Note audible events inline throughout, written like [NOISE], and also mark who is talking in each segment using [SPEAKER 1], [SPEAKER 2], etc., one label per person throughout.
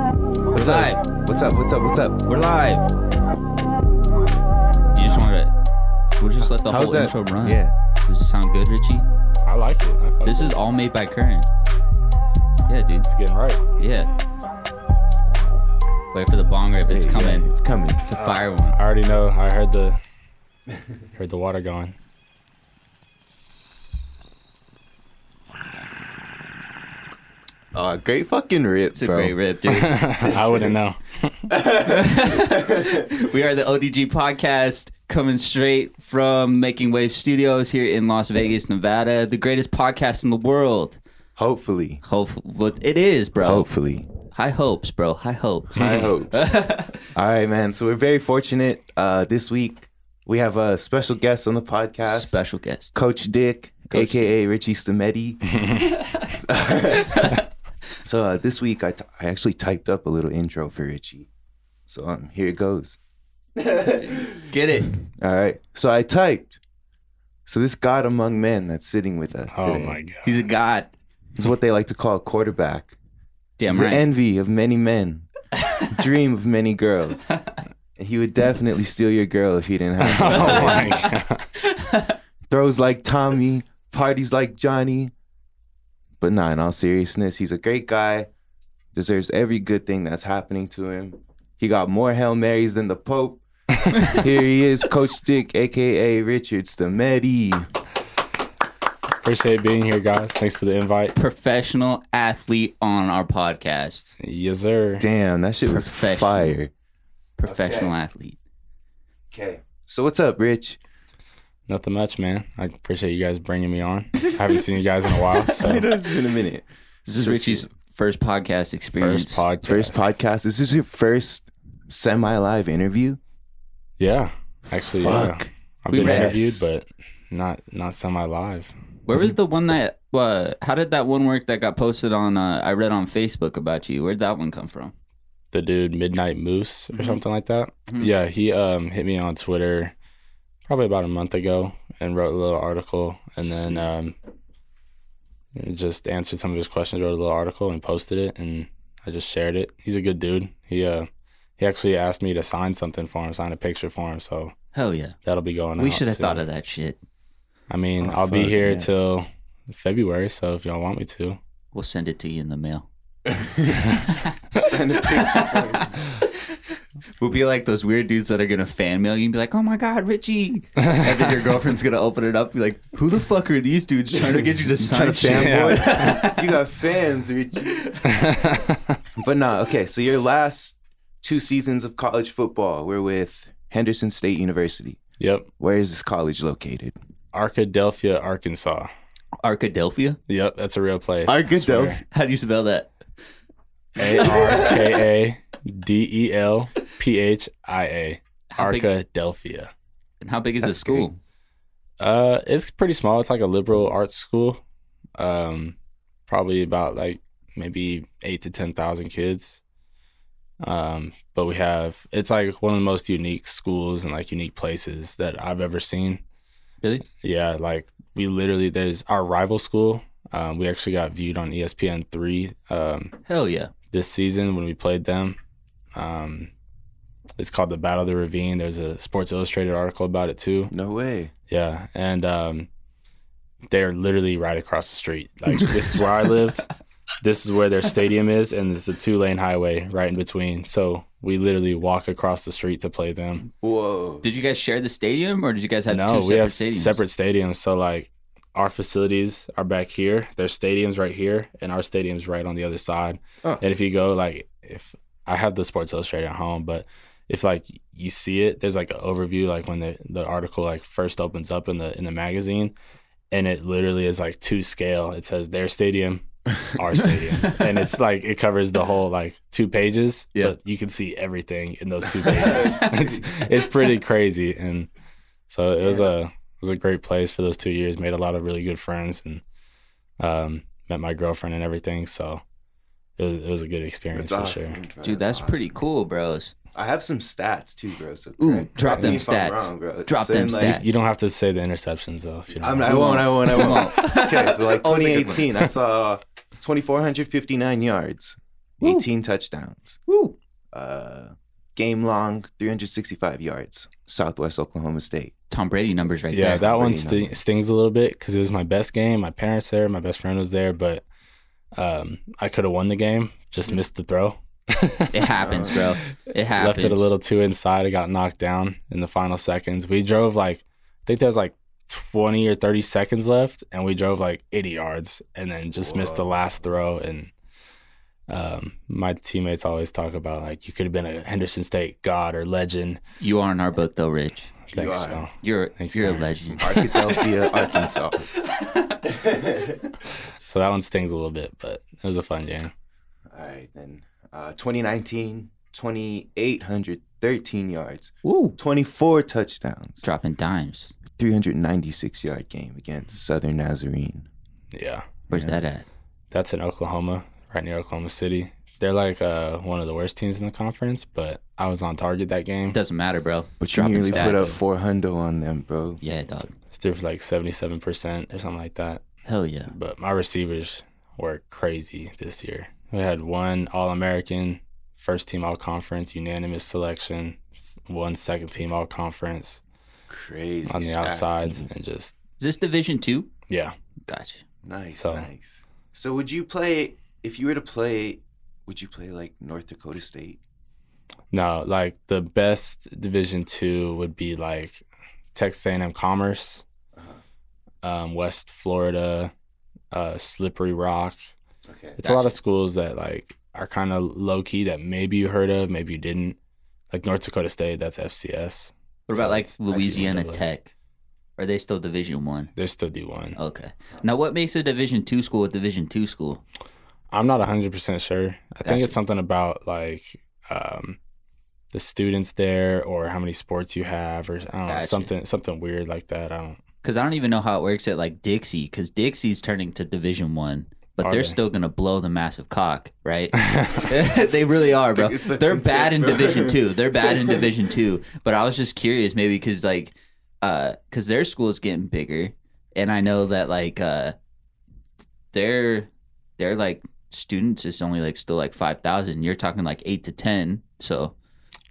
[SPEAKER 1] What's
[SPEAKER 2] live.
[SPEAKER 1] up? What's up? What's up? What's up?
[SPEAKER 2] We're live. You just want to. We'll just let the
[SPEAKER 1] How's
[SPEAKER 2] whole
[SPEAKER 1] that?
[SPEAKER 2] intro run.
[SPEAKER 1] Yeah.
[SPEAKER 2] Does it sound good, Richie?
[SPEAKER 3] I like it. I fuck
[SPEAKER 2] This
[SPEAKER 3] with
[SPEAKER 2] is
[SPEAKER 3] it.
[SPEAKER 2] all made by Current. Yeah, dude.
[SPEAKER 3] It's getting right.
[SPEAKER 2] Yeah. Wait for the bong rip. It's
[SPEAKER 1] Hey, yeah,
[SPEAKER 2] coming.
[SPEAKER 1] it's coming.
[SPEAKER 2] It's a fire one.
[SPEAKER 3] I already know. I heard [LAUGHS] the heard the water going.
[SPEAKER 1] Uh, great fucking rip,
[SPEAKER 2] It's a
[SPEAKER 1] bro.
[SPEAKER 2] great
[SPEAKER 1] [LAUGHS]
[SPEAKER 2] rip, dude.
[SPEAKER 3] [LAUGHS] I wouldn't know.
[SPEAKER 2] we are the ODG podcast coming straight from Making Wave Studios here in Las Vegas, Nevada. The greatest podcast in the world.
[SPEAKER 1] Hopefully.
[SPEAKER 2] Hopefully, but it is, bro.
[SPEAKER 1] Hopefully.
[SPEAKER 2] High hopes, bro. High hopes.
[SPEAKER 1] I hope. [LAUGHS] All right, man. So we're very fortunate. Uh, this week we have a special guest on the podcast,
[SPEAKER 2] Special guest.
[SPEAKER 1] Coach Dick,
[SPEAKER 2] Coach
[SPEAKER 1] aka Richie [LAUGHS] Stametti. so uh, this week I, t- I actually typed up a little intro for Richie. So um, here it goes.
[SPEAKER 2] Get it.
[SPEAKER 1] All right. So I typed. So this God among men that's sitting with us
[SPEAKER 3] Oh
[SPEAKER 1] today
[SPEAKER 3] my god.
[SPEAKER 2] He's a god.
[SPEAKER 1] is what they like to call a quarterback.
[SPEAKER 2] Damn
[SPEAKER 1] He's
[SPEAKER 2] right.
[SPEAKER 1] the envy of many men, dream of many girls. He would definitely steal your girl if he didn't have
[SPEAKER 3] [LAUGHS] [LAUGHS] Oh
[SPEAKER 1] one.
[SPEAKER 3] my [LAUGHS] god.
[SPEAKER 1] Throws like Tommy, parties like Johnny. But nah, in all seriousness, he's a great guy, deserves every good thing that's happening to him. He got more Hail Marys than the Pope. Here he is, Coach Dick, aka Richard Stametti.
[SPEAKER 3] Appreciate being here, guys. Thanks for the invite.
[SPEAKER 2] professional athlete on our podcast.
[SPEAKER 3] Yes, sir.
[SPEAKER 1] Damn, that shit was
[SPEAKER 2] Professional.
[SPEAKER 1] fire.
[SPEAKER 2] Professional
[SPEAKER 1] Okay.
[SPEAKER 2] athlete.
[SPEAKER 1] Okay. So what's up, [LAUGHS] Rich?
[SPEAKER 3] Nothing much, man. I appreciate you guys bringing me on. I haven't seen you guys in a [LAUGHS] while, so
[SPEAKER 1] it's been a minute.
[SPEAKER 2] This is Richie's first podcast experience.
[SPEAKER 3] first podcast.
[SPEAKER 1] First podcast. This is your first semi live interview.
[SPEAKER 3] Yeah, actually,
[SPEAKER 1] Fuck.
[SPEAKER 3] yeah. I've
[SPEAKER 2] We
[SPEAKER 3] been
[SPEAKER 1] read-
[SPEAKER 3] interviewed,
[SPEAKER 1] Yes.
[SPEAKER 3] but not not semi live.
[SPEAKER 2] Where was the one that? Uh, how did that one work that got posted on? Uh, I read on Facebook about you. Where'd that one come from?
[SPEAKER 3] the dude Midnight Moose or
[SPEAKER 1] Mm-hmm.
[SPEAKER 2] Mhm.
[SPEAKER 3] something like that.
[SPEAKER 2] Mhm.
[SPEAKER 3] Yeah, he um hit me on Twitter probably about a month ago and wrote a little article and then um just answered some of his questions, wrote a little article and posted it and I just shared it. He's a good dude. He uh he actually asked me to sign something for him, sign a picture for him, so
[SPEAKER 2] Hell yeah!
[SPEAKER 3] that'll be going
[SPEAKER 2] we
[SPEAKER 3] out
[SPEAKER 2] should have
[SPEAKER 3] soon.
[SPEAKER 2] thought of that shit.
[SPEAKER 3] I mean,
[SPEAKER 1] Oh,
[SPEAKER 3] I'll be
[SPEAKER 1] fuck,
[SPEAKER 3] here
[SPEAKER 1] yeah.
[SPEAKER 3] till February, so if y'all want me
[SPEAKER 1] [LAUGHS]
[SPEAKER 3] to. [LAUGHS]
[SPEAKER 2] We'll send it to you in the mail.
[SPEAKER 1] [LAUGHS] Send a picture [LAUGHS]
[SPEAKER 2] We'll be like those weird dudes that are gonna fan mail you and be like, "Oh my god, Richie!" [LAUGHS] and then your girlfriend's gonna open it up, and be like, "Who the fuck are these dudes trying to get you to sign?"
[SPEAKER 1] Trying to
[SPEAKER 2] shit?"
[SPEAKER 1] fanboy. [LAUGHS]
[SPEAKER 2] [LAUGHS]
[SPEAKER 1] you got fans, Rich. but nah, okay. So your last two seasons of college football were with Henderson State University.
[SPEAKER 3] Yep.
[SPEAKER 1] Where is this college [LAUGHS] located?
[SPEAKER 3] Arkadelphia, Arkansas.
[SPEAKER 2] Arkadelphia.
[SPEAKER 3] Yep, that's a real place. I swear.
[SPEAKER 1] Arkadelphia.
[SPEAKER 2] How do you spell that?
[SPEAKER 3] A R K A D E L P H I A.
[SPEAKER 2] How big-
[SPEAKER 3] Arkadelphia.
[SPEAKER 2] And how big is the
[SPEAKER 1] That's
[SPEAKER 2] school?
[SPEAKER 3] Uh, it's pretty small. It's like a liberal arts school. Um, probably about like maybe eight to ten thousand kids. Um, but we have it's like one of the most unique schools and like unique places that I've ever seen.
[SPEAKER 2] Really?
[SPEAKER 3] Yeah, like we literally there's our rival school. Um, we actually got viewed on ESPN three. Um,
[SPEAKER 2] Hell yeah.
[SPEAKER 3] this season when we played them. Um, it's called the Battle of the Ravine. There's a Sports Illustrated article about it too.
[SPEAKER 1] No way.
[SPEAKER 3] Yeah, and um, they're literally right across the street. Like this is where I lived. This is where their stadium is, and it's a two lane highway right in between. So we literally walk across the street to play them.
[SPEAKER 1] Whoa.
[SPEAKER 2] Did you guys share the stadium or did you guys have
[SPEAKER 3] no,
[SPEAKER 2] two
[SPEAKER 3] we
[SPEAKER 2] separate
[SPEAKER 3] have
[SPEAKER 2] stadiums?
[SPEAKER 3] separate stadiums. So like our facilities are back here. Their stadiums right here, and our stadiums right on the other side.
[SPEAKER 2] Oh.
[SPEAKER 3] And if you go like if I have the Sports Illustrated at home, but if like you see it, there's like an overview like when the the article like first opens up in the in the magazine, and it literally is like two scale. It says
[SPEAKER 2] [LAUGHS]
[SPEAKER 3] their stadium. Our stadium, and it's like it covers the whole like two pages,
[SPEAKER 2] Yeah.
[SPEAKER 3] but you can see everything
[SPEAKER 2] [LAUGHS]
[SPEAKER 3] in those two pages.
[SPEAKER 1] [LAUGHS]
[SPEAKER 3] it's, it's pretty crazy, and so it was a it was a great place for those two years. Made a lot of really good friends and um, met my girlfriend and everything. So it was it was a good experience
[SPEAKER 1] That's
[SPEAKER 3] for
[SPEAKER 1] awesome.
[SPEAKER 3] sure.
[SPEAKER 1] bro.
[SPEAKER 2] Dude, that's
[SPEAKER 1] awesome.
[SPEAKER 2] pretty cool,
[SPEAKER 3] [LAUGHS]
[SPEAKER 2] bros.
[SPEAKER 1] I have some stats too, bro. So
[SPEAKER 2] Ooh,
[SPEAKER 1] correct-
[SPEAKER 2] drop
[SPEAKER 1] correct
[SPEAKER 2] them
[SPEAKER 1] me if I'm
[SPEAKER 2] stats.
[SPEAKER 1] wrong, bro.
[SPEAKER 2] Drop
[SPEAKER 1] So
[SPEAKER 2] them
[SPEAKER 1] in, like,
[SPEAKER 2] stats.
[SPEAKER 3] You don't have to say the interceptions though. If you don't
[SPEAKER 1] I'm
[SPEAKER 3] want
[SPEAKER 1] not, I won't. I won't. I won't. okay, so like
[SPEAKER 2] [LAUGHS] Only good
[SPEAKER 1] 2018, I saw 2,459 yards,
[SPEAKER 2] Woo.
[SPEAKER 1] 18 touchdowns.
[SPEAKER 2] Woo.
[SPEAKER 1] uh, game long, 365 yards, Southwest Oklahoma
[SPEAKER 2] [LAUGHS]
[SPEAKER 1] State.
[SPEAKER 2] Tom Brady numbers right
[SPEAKER 3] yeah,
[SPEAKER 2] there.
[SPEAKER 3] that one
[SPEAKER 1] Brady
[SPEAKER 3] sti-
[SPEAKER 1] number.
[SPEAKER 3] stings a little bit because it was my best game. My parents there, my best friend was there, but um, I could have won the game. Just missed the throw.
[SPEAKER 2] it happens,
[SPEAKER 3] [LAUGHS]
[SPEAKER 2] bro. It happens.
[SPEAKER 3] Left it a little too inside. I got knocked down in the final seconds. We drove like I think there was like twenty or thirty seconds left, and we drove like eighty yards, and then just missed the last throw. And um, my teammates always talk about like you could have been a Henderson State god or legend.
[SPEAKER 2] You are in our book though, Rich.
[SPEAKER 3] Thanks,
[SPEAKER 1] are.
[SPEAKER 3] Joe.
[SPEAKER 2] You're
[SPEAKER 3] Thanks,
[SPEAKER 2] you're a
[SPEAKER 3] Connor.
[SPEAKER 2] legend.
[SPEAKER 1] Arkadelphia,
[SPEAKER 2] [LAUGHS]
[SPEAKER 1] Arkansas.
[SPEAKER 3] So that one stings a little bit, but it was a fun game.
[SPEAKER 1] All right, then. Uh, 2019, 2,813 yards,
[SPEAKER 2] Woo.
[SPEAKER 1] 24 touchdowns,
[SPEAKER 2] Dropping dimes.
[SPEAKER 1] 396 yard game against
[SPEAKER 3] Mm-hmm.
[SPEAKER 1] Southern Nazarene.
[SPEAKER 3] Yeah.
[SPEAKER 2] Where's that at?
[SPEAKER 3] That's in Oklahoma, right near Oklahoma City. They're like uh, one of the worst teams in the conference, but I was on target that game.
[SPEAKER 2] Doesn't matter, bro.
[SPEAKER 1] But you
[SPEAKER 2] Dropping
[SPEAKER 1] nearly
[SPEAKER 2] stats.
[SPEAKER 1] put up 400 on them, bro.
[SPEAKER 2] Yeah, dog.
[SPEAKER 3] Threw for like 77% or something like that.
[SPEAKER 2] Hell yeah.
[SPEAKER 3] But my receivers were crazy this year. We had one All American, first team All Conference, unanimous selection, s- one second team All Conference
[SPEAKER 1] Crazy.
[SPEAKER 3] on the
[SPEAKER 1] stat
[SPEAKER 3] outsides,
[SPEAKER 1] team.
[SPEAKER 3] and just,
[SPEAKER 2] Is this division two?
[SPEAKER 3] yeah.
[SPEAKER 2] Gotcha.
[SPEAKER 1] Nice,
[SPEAKER 3] So-
[SPEAKER 1] nice. So would you play, if you were to play, would you play like North Dakota State?
[SPEAKER 3] No, like the best Division two would be like Texas A&M Commerce, um, West Florida, uh, Slippery Rock.
[SPEAKER 1] Okay.
[SPEAKER 3] It's a lot of schools that like are kind of low key that maybe you heard of, maybe you didn't. Like North Dakota State, that's FCS.
[SPEAKER 2] What
[SPEAKER 3] So
[SPEAKER 2] about like
[SPEAKER 3] it's- I see
[SPEAKER 2] Louisiana
[SPEAKER 3] double A.
[SPEAKER 2] Tech? Are they still Division One?
[SPEAKER 3] They're still D one.
[SPEAKER 2] Okay. Now, what makes a Division Two school a Division Two school?
[SPEAKER 3] I'm not 100% sure. I think
[SPEAKER 2] Gotcha.
[SPEAKER 3] it's something about like um, the students there or how many sports you have or I don't know,
[SPEAKER 2] Gotcha.
[SPEAKER 3] something something weird like that.
[SPEAKER 1] [LAUGHS]
[SPEAKER 3] I don't [LAUGHS]
[SPEAKER 2] Because I don't even know how it works at like Dixie, because Dixie's turning to Division One, but
[SPEAKER 3] Are
[SPEAKER 2] they're
[SPEAKER 3] they?
[SPEAKER 2] still gonna blow the massive cock,
[SPEAKER 3] [LAUGHS]
[SPEAKER 2] right? [LAUGHS] they really are, [LAUGHS] bro.
[SPEAKER 1] It's such
[SPEAKER 2] They're
[SPEAKER 1] intent,
[SPEAKER 2] bad in
[SPEAKER 1] bro. [LAUGHS]
[SPEAKER 2] Division Two. They're bad in Division Two. But I was just curious, maybe because like, uh, because their school is getting bigger, and I know that like, uh, their their like students is only like still like five thousand. You're talking like eight to ten, so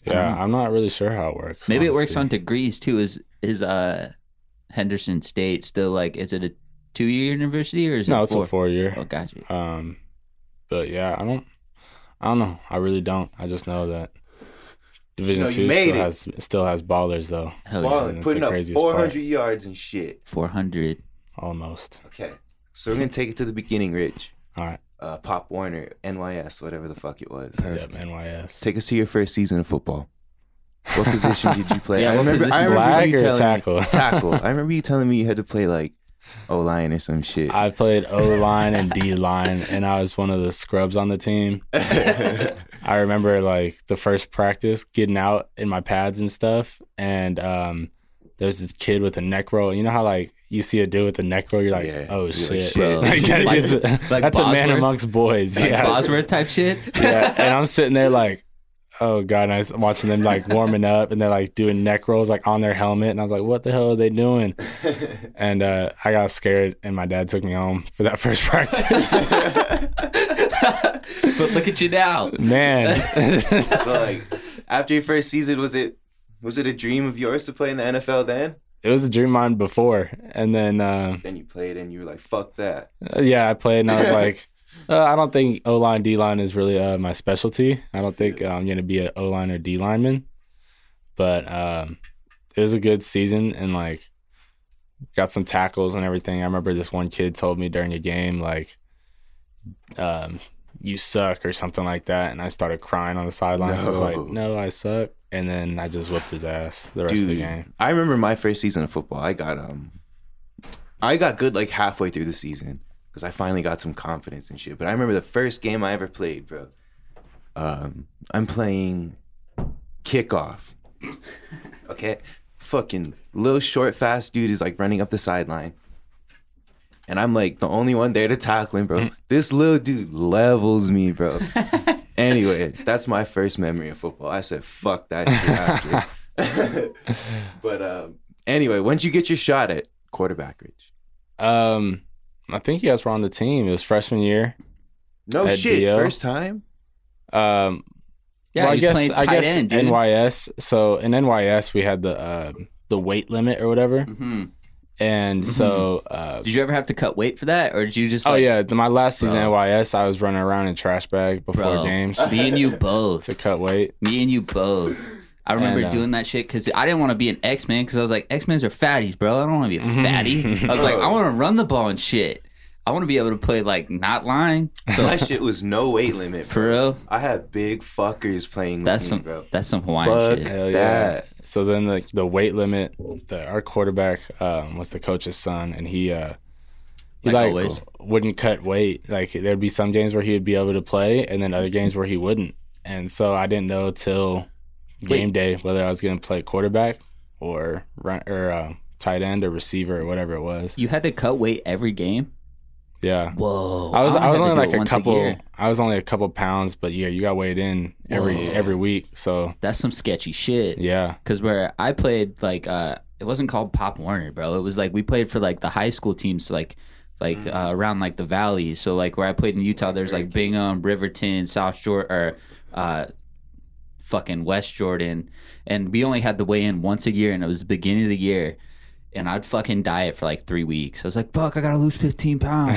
[SPEAKER 2] I don't
[SPEAKER 3] Yeah,
[SPEAKER 1] Uh-huh.
[SPEAKER 3] I'm not really sure how it works.
[SPEAKER 2] Maybe it works
[SPEAKER 3] honestly.
[SPEAKER 2] on degrees too. Is is uh Henderson State still like? Is it a two year university or is
[SPEAKER 3] No,
[SPEAKER 2] it
[SPEAKER 3] it's
[SPEAKER 2] four?
[SPEAKER 3] a four year.
[SPEAKER 2] Oh, gotcha.
[SPEAKER 3] Um, but yeah, I don't, I don't know. I really don't. I just know that Division
[SPEAKER 1] know, you
[SPEAKER 3] Two
[SPEAKER 1] made
[SPEAKER 3] still
[SPEAKER 1] it.
[SPEAKER 3] has still has ballers though,
[SPEAKER 2] Hell yeah,
[SPEAKER 3] Wow. that's the
[SPEAKER 1] putting up
[SPEAKER 3] craziest
[SPEAKER 1] 400
[SPEAKER 3] part.
[SPEAKER 1] yards and shit.
[SPEAKER 2] four hundred.
[SPEAKER 3] almost.
[SPEAKER 1] Okay. So we're going to take it to the beginning, Rich.
[SPEAKER 3] All right,
[SPEAKER 1] Uh, Pop Warner, NYS, whatever the fuck it was.
[SPEAKER 3] yep, NYS.
[SPEAKER 1] Take us to your first season of football. What position did you play?
[SPEAKER 2] Yeah,
[SPEAKER 1] I
[SPEAKER 2] what
[SPEAKER 1] remember, I
[SPEAKER 2] position?
[SPEAKER 1] remember
[SPEAKER 3] Flag
[SPEAKER 1] you
[SPEAKER 3] or
[SPEAKER 1] telling me- [LAUGHS]
[SPEAKER 3] tackle?
[SPEAKER 1] tackle. I remember you telling me you had to play like O line or some shit. [LAUGHS]
[SPEAKER 3] I played O line and D line, and I was one of the scrubs on the team. I remember like the first practice getting out in my pads and stuff, and um, there's this kid with a neck roll. You know how like you see a dude with a neck roll, you're like,
[SPEAKER 1] Yeah.
[SPEAKER 3] oh
[SPEAKER 1] You're like,
[SPEAKER 3] shit,
[SPEAKER 1] shit.
[SPEAKER 2] Bro.
[SPEAKER 3] [LAUGHS] Like,
[SPEAKER 2] Like-
[SPEAKER 3] it's a-
[SPEAKER 2] like
[SPEAKER 3] that's a man
[SPEAKER 2] Bosworth?
[SPEAKER 3] amongst boys.
[SPEAKER 2] Like
[SPEAKER 3] yeah,
[SPEAKER 2] Bosworth type shit.
[SPEAKER 3] [LAUGHS] yeah. And I'm sitting there like, oh god, and I was watching them like warming up, and they're like doing neck rolls like on their helmet, and I was like, what the hell are they doing? And uh, I got scared, and my dad took me home for that [LAUGHS] first practice.
[SPEAKER 2] [LAUGHS] but look at you now. [LAUGHS]
[SPEAKER 3] Man,
[SPEAKER 1] [LAUGHS]
[SPEAKER 3] [LAUGHS]
[SPEAKER 1] so like, after your first season, was it was it a dream of yours to play in the NFL? Then,
[SPEAKER 3] it was a dream of mine before, and then uh,
[SPEAKER 1] then you played and you were like, "Fuck that."
[SPEAKER 3] yeah, I played, and I was like. [LAUGHS] Uh, I don't think O line D line is really uh, my specialty. I don't think uh, I'm gonna be an O line or D lineman, but um, it was a good season and like got some tackles and everything. I remember this one kid told me during a game like, um, "You suck" or something like that, and I started crying on the sideline. I was
[SPEAKER 1] No.
[SPEAKER 3] Like, no, I suck, and then I just whipped his ass the rest of the game.
[SPEAKER 1] I remember my first season of football. I got um, I got good like halfway through the season because I finally got some confidence and shit. But I remember the first game I ever played, bro. Um, I'm playing kickoff. Okay, fucking little short, fast dude is like running up the sideline. And I'm like the only one there to tackle him,
[SPEAKER 3] Mm.
[SPEAKER 1] bro. This little dude levels me, bro. anyway, that's my first memory of football. I said, fuck that shit after. [LAUGHS] But um, anyway, once you get your shot at quarterback, Rich.
[SPEAKER 3] Um, I think you guys were on the team. It was freshman year.
[SPEAKER 1] No
[SPEAKER 3] At
[SPEAKER 1] [LAUGHS] shit,
[SPEAKER 3] DL?
[SPEAKER 1] first time.
[SPEAKER 3] Um,
[SPEAKER 2] Yeah,
[SPEAKER 3] Well,
[SPEAKER 2] he was playing tight end, dude.
[SPEAKER 3] NYS. So in NYS, we had the uh, the weight limit or whatever,
[SPEAKER 2] Mhm.
[SPEAKER 3] and so uh,
[SPEAKER 2] Did you ever have to cut weight for that, or did you just?
[SPEAKER 3] oh
[SPEAKER 2] like,
[SPEAKER 3] yeah, the, my last season
[SPEAKER 2] Bro.
[SPEAKER 3] NYS, I was running around in trash bag before
[SPEAKER 2] bro, [LAUGHS]
[SPEAKER 3] games
[SPEAKER 2] Me and you
[SPEAKER 3] [LAUGHS]
[SPEAKER 2] both.
[SPEAKER 3] to cut weight.
[SPEAKER 2] Me and you both. I remember
[SPEAKER 3] And, uh,
[SPEAKER 2] doing that shit because I didn't want to be an X Man because I was like, X Men's are fatties, bro. I don't want to
[SPEAKER 3] Mm-hmm.
[SPEAKER 2] be a fatty. I was like, I want to run the ball and shit. I want to be able to play like not line. So
[SPEAKER 1] that shit was no weight limit.
[SPEAKER 2] for real,
[SPEAKER 1] I had big fuckers playing
[SPEAKER 2] that's
[SPEAKER 1] with
[SPEAKER 2] some
[SPEAKER 1] me, bro.
[SPEAKER 2] that's some Hawaiian
[SPEAKER 1] Fuck
[SPEAKER 2] shit.
[SPEAKER 3] Hell yeah.
[SPEAKER 1] that.
[SPEAKER 3] So then the the weight limit, the, our quarterback um, was the coach's son, and he uh, he
[SPEAKER 2] Like
[SPEAKER 3] like,
[SPEAKER 2] always.
[SPEAKER 3] wouldn't cut weight. Like there'd be some games where he would be able to play, and then other games where he wouldn't. And so I didn't know till game day whether I was going to play quarterback or run or uh, tight end or receiver or whatever it was.
[SPEAKER 2] You had to cut weight every game.
[SPEAKER 3] Yeah.
[SPEAKER 2] Whoa,
[SPEAKER 3] I was I,
[SPEAKER 2] had
[SPEAKER 3] was
[SPEAKER 2] to
[SPEAKER 3] only
[SPEAKER 2] do it
[SPEAKER 3] like a
[SPEAKER 2] once
[SPEAKER 3] couple
[SPEAKER 2] year.
[SPEAKER 3] I was only a couple pounds, but yeah, you got weighed in every every week. So
[SPEAKER 2] That's some sketchy shit.
[SPEAKER 3] yeah,
[SPEAKER 2] Cause where I played, like, uh, it wasn't called Pop Warner, bro. It was like we played for like the high school teams, like, like
[SPEAKER 3] Mm.
[SPEAKER 2] uh, around like the valley. So like where I played in Utah, there's like Bingham, Riverton, South Jordan, or uh, fucking West Jordan, and we only had to weigh in once a year, and it was the beginning of the year, and I'd fucking diet for like three weeks. I was like, fuck, I gotta lose fifteen
[SPEAKER 3] [LAUGHS]
[SPEAKER 2] pounds.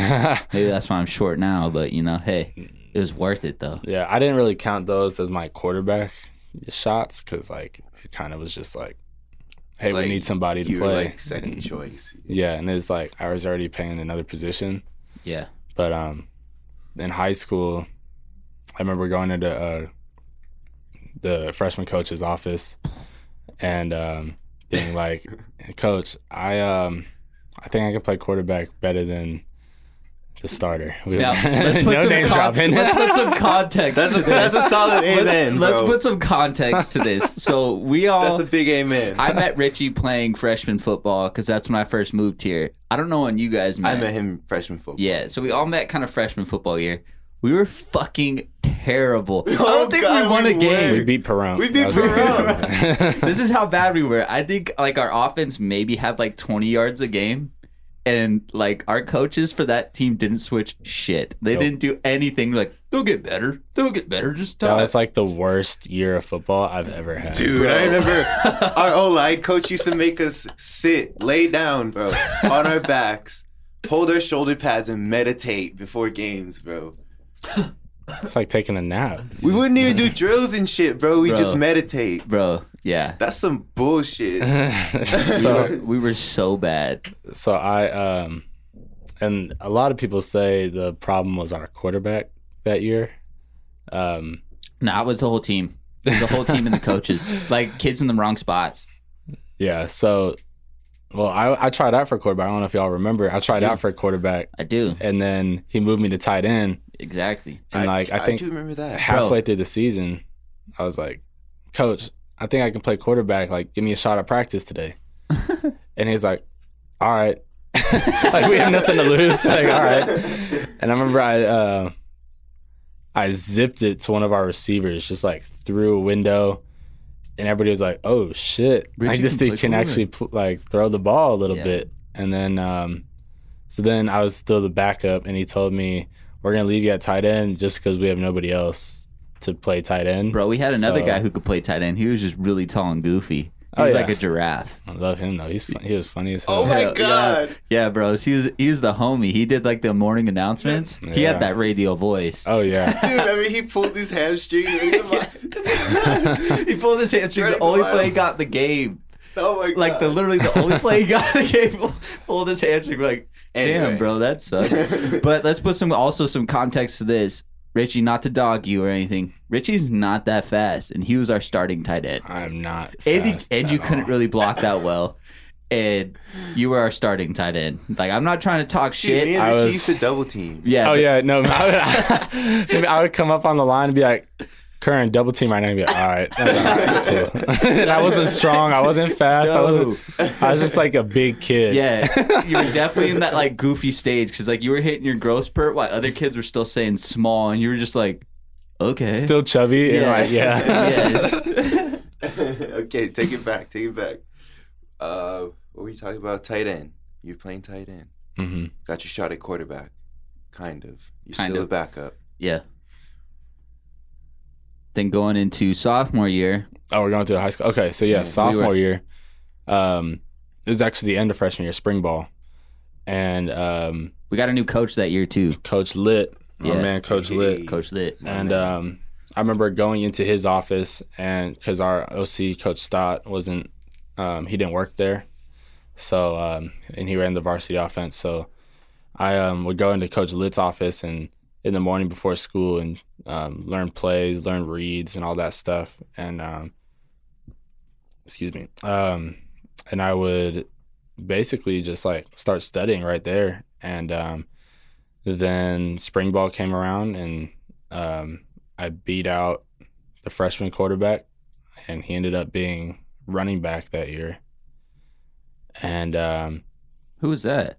[SPEAKER 2] Maybe that's why I'm short now, but you know, hey, it was worth it though.
[SPEAKER 3] Yeah, I didn't really count those as my quarterback shots because like it kind of was just like, hey,
[SPEAKER 1] Like,
[SPEAKER 3] we need somebody to
[SPEAKER 1] You
[SPEAKER 3] play.
[SPEAKER 1] were like second choice.
[SPEAKER 3] yeah, and it's like I was already playing another position, [LAUGHS]
[SPEAKER 2] Yeah,
[SPEAKER 3] but um, in high school, I remember going into uh, the freshman coach's office and um, being like, [LAUGHS] "Coach, I um, I think I can play quarterback better than." The starter. We
[SPEAKER 2] now
[SPEAKER 3] were- [LAUGHS]
[SPEAKER 2] let's put
[SPEAKER 3] no
[SPEAKER 2] some
[SPEAKER 3] name
[SPEAKER 2] con-
[SPEAKER 3] dropping. [LAUGHS]
[SPEAKER 2] let's put some context.
[SPEAKER 1] That's a
[SPEAKER 2] to this.
[SPEAKER 1] that's a [LAUGHS] solid amen,
[SPEAKER 2] Let's
[SPEAKER 1] bro.
[SPEAKER 2] put some context
[SPEAKER 1] [LAUGHS]
[SPEAKER 2] to this. So we
[SPEAKER 1] that's
[SPEAKER 2] all.
[SPEAKER 1] a big amen. I,
[SPEAKER 2] I met Richie playing freshman football because that's when I first moved here. I don't know when you guys met.
[SPEAKER 1] met him freshman football.
[SPEAKER 2] Yeah, so we all met kind of freshman football year. We were fucking terrible. I don't think
[SPEAKER 1] Oh, God,
[SPEAKER 2] we won
[SPEAKER 1] we
[SPEAKER 2] a game.
[SPEAKER 3] we beat Perron.
[SPEAKER 1] We beat
[SPEAKER 3] [LAUGHS] Perron.
[SPEAKER 2] This is how bad we were. I think like our offense maybe had like 20 yards a game. And like our coaches for that team didn't switch shit. They
[SPEAKER 3] Nope.
[SPEAKER 2] didn't do anything. Like they'll get better. They'll get better. Just
[SPEAKER 3] That
[SPEAKER 2] time.
[SPEAKER 3] was like the worst year of football I've ever had.
[SPEAKER 1] Dude, I
[SPEAKER 3] [LAUGHS]
[SPEAKER 1] remember our O line coach used to make us sit, lay down, bro, on our backs, hold our shoulder pads, and meditate before games, bro.
[SPEAKER 3] It's like taking a nap. [LAUGHS]
[SPEAKER 1] We wouldn't even do drills and shit, bro. We
[SPEAKER 2] Bro.
[SPEAKER 1] just meditate.
[SPEAKER 2] bro. Yeah,
[SPEAKER 1] That's some bullshit.
[SPEAKER 2] we,
[SPEAKER 3] so
[SPEAKER 2] were, we were so bad.
[SPEAKER 3] so I um and a lot of people say the problem was our quarterback that year. Um
[SPEAKER 2] No, it was the whole team. It was the whole team and the
[SPEAKER 3] [LAUGHS]
[SPEAKER 2] coaches. Like kids in the wrong spots.
[SPEAKER 3] yeah, so well I I tried out for quarterback. I don't know if y'all remember. I tried
[SPEAKER 2] Yeah.
[SPEAKER 3] out for quarterback
[SPEAKER 2] I do
[SPEAKER 3] and then he moved me to tight end
[SPEAKER 2] exactly.
[SPEAKER 3] and like I
[SPEAKER 1] do
[SPEAKER 3] think
[SPEAKER 1] remember that.
[SPEAKER 3] halfway through the season I was like, "Coach, I think I can play quarterback. Like give me a shot at practice today." and he's like, "All right." like we have nothing to lose. Like all right. And I remember I uh, I zipped it to one of our receivers, just like through a window, and everybody was like, "Oh shit! like
[SPEAKER 2] Richie
[SPEAKER 3] this
[SPEAKER 2] can play
[SPEAKER 3] dude can
[SPEAKER 2] quarterback.
[SPEAKER 3] actually pl- like throw the ball a little
[SPEAKER 2] Yeah.
[SPEAKER 3] bit." And then um, so then I was still the backup, and he told me, "We're gonna leave you at tight end just because we have nobody else to play tight end."
[SPEAKER 2] Bro, we had another
[SPEAKER 3] So-
[SPEAKER 2] guy who could play tight end. He was just really tall and goofy. He
[SPEAKER 3] Oh,
[SPEAKER 2] was
[SPEAKER 3] yeah.
[SPEAKER 2] like a giraffe.
[SPEAKER 3] I love him though. He's fun- he was funny as
[SPEAKER 1] [LAUGHS]
[SPEAKER 3] hell.
[SPEAKER 1] Oh my
[SPEAKER 2] Hell,
[SPEAKER 1] god.
[SPEAKER 2] Yeah, yeah bro. He was he was the homie. He did like the morning announcements. He
[SPEAKER 3] Yeah.
[SPEAKER 2] had that radio voice.
[SPEAKER 3] [LAUGHS]
[SPEAKER 2] [LAUGHS]
[SPEAKER 3] Oh yeah.
[SPEAKER 1] Dude, I mean, he pulled his
[SPEAKER 3] [LAUGHS]
[SPEAKER 1] hamstring.
[SPEAKER 2] he pulled his hamstring. The
[SPEAKER 1] Running
[SPEAKER 2] only
[SPEAKER 1] wild.
[SPEAKER 2] play he got in the game.
[SPEAKER 1] oh my god.
[SPEAKER 2] Like the literally the only play he got [LAUGHS] in the game pulled his hamstring. Like,
[SPEAKER 1] Anyway.
[SPEAKER 2] damn, bro, that
[SPEAKER 1] [LAUGHS]
[SPEAKER 2] sucks. but let's put some also some context to this. Richie, not to dog you or anything. Richie's not that fast, and he was our starting tight end.
[SPEAKER 3] I'm not.
[SPEAKER 2] And, he-
[SPEAKER 3] fast
[SPEAKER 2] and you
[SPEAKER 3] at
[SPEAKER 2] couldn't
[SPEAKER 3] all.
[SPEAKER 2] really
[SPEAKER 1] [LAUGHS]
[SPEAKER 2] block that well. And you were our starting tight end. Like I'm not trying to talk
[SPEAKER 1] Dude, me
[SPEAKER 2] shit.
[SPEAKER 1] and
[SPEAKER 3] I
[SPEAKER 1] Richie
[SPEAKER 3] was-
[SPEAKER 1] used to double team.
[SPEAKER 2] yeah.
[SPEAKER 3] Oh
[SPEAKER 2] but-
[SPEAKER 3] yeah, no. [LAUGHS] I would, I would come up on the line and be like, "Current double team right now." And be like, "All right." that's all right, cool." [LAUGHS] And I wasn't strong. I wasn't fast. I wasn't. I was just like a big kid.
[SPEAKER 2] Yeah, you were definitely in that like goofy stage because like you were hitting your growth spurt while other kids were still saying small, and you were just like, okay,
[SPEAKER 3] Still chubby.
[SPEAKER 2] Yes. [LAUGHS]
[SPEAKER 3] And like, yeah.
[SPEAKER 2] yes.
[SPEAKER 1] [LAUGHS] okay, take it back. Take it back. Uh, what were you talking about? Tight end. You're playing tight end.
[SPEAKER 3] hmm
[SPEAKER 1] Got your shot at quarterback. Kind of. You're
[SPEAKER 2] Kind
[SPEAKER 1] still
[SPEAKER 2] of.
[SPEAKER 1] a backup.
[SPEAKER 2] yeah. Then going into sophomore year,
[SPEAKER 3] Oh, we're going to high school. Okay, so yeah,
[SPEAKER 2] Yeah, we
[SPEAKER 3] sophomore
[SPEAKER 2] were-
[SPEAKER 3] year. Um, it was actually the end of freshman year, spring ball, and um,
[SPEAKER 2] we got a new coach that year too,
[SPEAKER 3] Coach Lit, my
[SPEAKER 2] Yeah.
[SPEAKER 3] man, Coach Lit,
[SPEAKER 2] Coach Lit.
[SPEAKER 3] and um, I remember going into his office, and because our OC Coach Stott wasn't, um, he didn't work there, so um, and he ran the varsity offense. So I um, would go into Coach Litt's office and in the morning before school and um, learn plays, learn reads, and all that stuff. And um, excuse me, um, and I would basically just like start studying right there. And um, then spring ball came around and um, I beat out the freshman quarterback, and he ended up being running back that year. And um,
[SPEAKER 2] Who was that,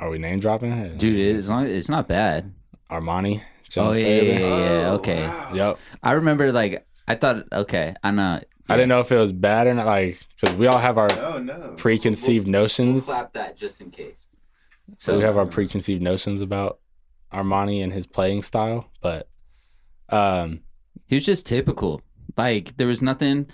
[SPEAKER 3] are we name dropping?
[SPEAKER 2] dude? It's not. It's not bad.
[SPEAKER 3] Armani. John
[SPEAKER 2] Oh yeah, yeah,
[SPEAKER 3] Saban?
[SPEAKER 2] yeah,
[SPEAKER 1] Oh,
[SPEAKER 2] yeah. Okay.
[SPEAKER 3] Yep.
[SPEAKER 2] I remember like I thought. Okay, I know.
[SPEAKER 3] I didn't know if it was bad or not, like because we all have our
[SPEAKER 1] Oh no.
[SPEAKER 3] preconceived notions.
[SPEAKER 2] that just in case.
[SPEAKER 3] So we have our preconceived notions about Armani and his playing style, but um,
[SPEAKER 2] He was just typical. Like there was nothing.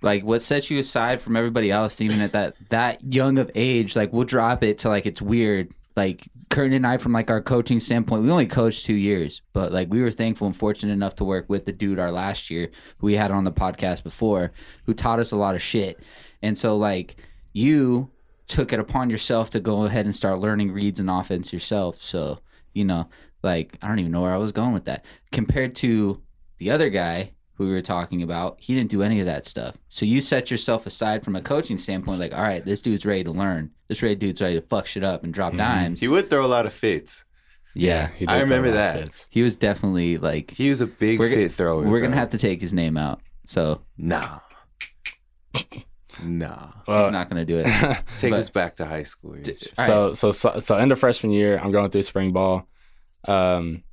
[SPEAKER 2] Like what sets you aside from everybody else, even at that that young of age. Like we'll drop it to like it's weird. Like Curtin and I, from like our coaching standpoint, we only coached two years, but like we were thankful and fortunate enough to work with the dude our last year who we had on the podcast before, who taught us a lot of shit. And so like you took it upon yourself to go ahead and start learning reads and offense yourself. So you know, like I don't even know where I was going with that compared to the other guy who we were talking about, he didn't do any of that stuff. So you set yourself aside from a coaching standpoint, like, all right, this dude's ready to learn. This red dude's ready to fuck shit up and drop
[SPEAKER 3] Mhm.
[SPEAKER 2] dimes.
[SPEAKER 1] He would throw a lot of fits.
[SPEAKER 2] Yeah.
[SPEAKER 3] he
[SPEAKER 1] I
[SPEAKER 3] did
[SPEAKER 1] remember
[SPEAKER 3] throw a lot of
[SPEAKER 1] that.
[SPEAKER 3] fits.
[SPEAKER 2] He was definitely like
[SPEAKER 1] He was a big
[SPEAKER 2] We're g-
[SPEAKER 1] fit thrower.
[SPEAKER 2] we're gonna
[SPEAKER 1] bro.
[SPEAKER 2] have to take his name out. So
[SPEAKER 1] Nah. Nah.
[SPEAKER 3] Well,
[SPEAKER 2] he's
[SPEAKER 3] [LAUGHS]
[SPEAKER 2] not gonna do it. [LAUGHS]
[SPEAKER 1] Take
[SPEAKER 2] But-
[SPEAKER 1] us back to high school. Rich.
[SPEAKER 2] All
[SPEAKER 3] so, so so so end of freshman year, I'm going through spring ball, um,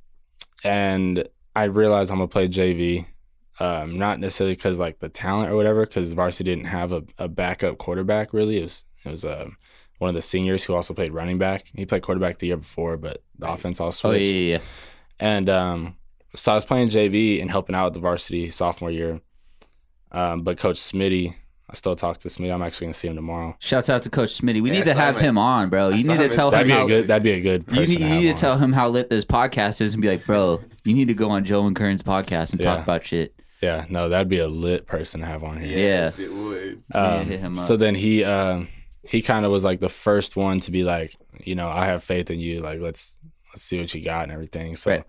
[SPEAKER 3] and I realize I'm gonna play JV, um, not necessarily because like the talent or whatever, because varsity didn't have a, a backup quarterback really. It was it was um, one of the seniors who also played running back. He played quarterback the year before, but the offense all
[SPEAKER 2] Oh
[SPEAKER 3] switched.
[SPEAKER 2] yeah, yeah, yeah.
[SPEAKER 3] And um, so I was playing JV and helping out with the varsity sophomore year. Um, but Coach Smitty, I still talk to Smitty. I'm actually gonna see him tomorrow.
[SPEAKER 2] Shouts out to Coach Smitty. We
[SPEAKER 1] Yeah,
[SPEAKER 2] need
[SPEAKER 1] I
[SPEAKER 2] to
[SPEAKER 1] saw
[SPEAKER 2] have
[SPEAKER 1] him at-
[SPEAKER 2] him on, bro. You
[SPEAKER 1] saw
[SPEAKER 2] need to
[SPEAKER 1] him at-
[SPEAKER 2] tell
[SPEAKER 3] That'd
[SPEAKER 2] him
[SPEAKER 3] be a
[SPEAKER 2] how
[SPEAKER 3] good. That'd be a good.
[SPEAKER 2] you
[SPEAKER 3] Person
[SPEAKER 2] need,
[SPEAKER 3] to,
[SPEAKER 2] you
[SPEAKER 3] have
[SPEAKER 2] need to
[SPEAKER 3] on.
[SPEAKER 2] tell him how lit this podcast is and be like, bro, you need to go on Joe and Kern's podcast and
[SPEAKER 3] Yeah.
[SPEAKER 2] talk about shit.
[SPEAKER 3] Yeah, no, that'd be a lit person to have on here.
[SPEAKER 1] Yes, it would.
[SPEAKER 2] Yeah,
[SPEAKER 3] Um,
[SPEAKER 2] hit him
[SPEAKER 3] So
[SPEAKER 2] up.
[SPEAKER 3] then he um, he kind of was like the first one to be like, you know, I have faith in you. Like let's let's see what you got and everything. So
[SPEAKER 2] Right.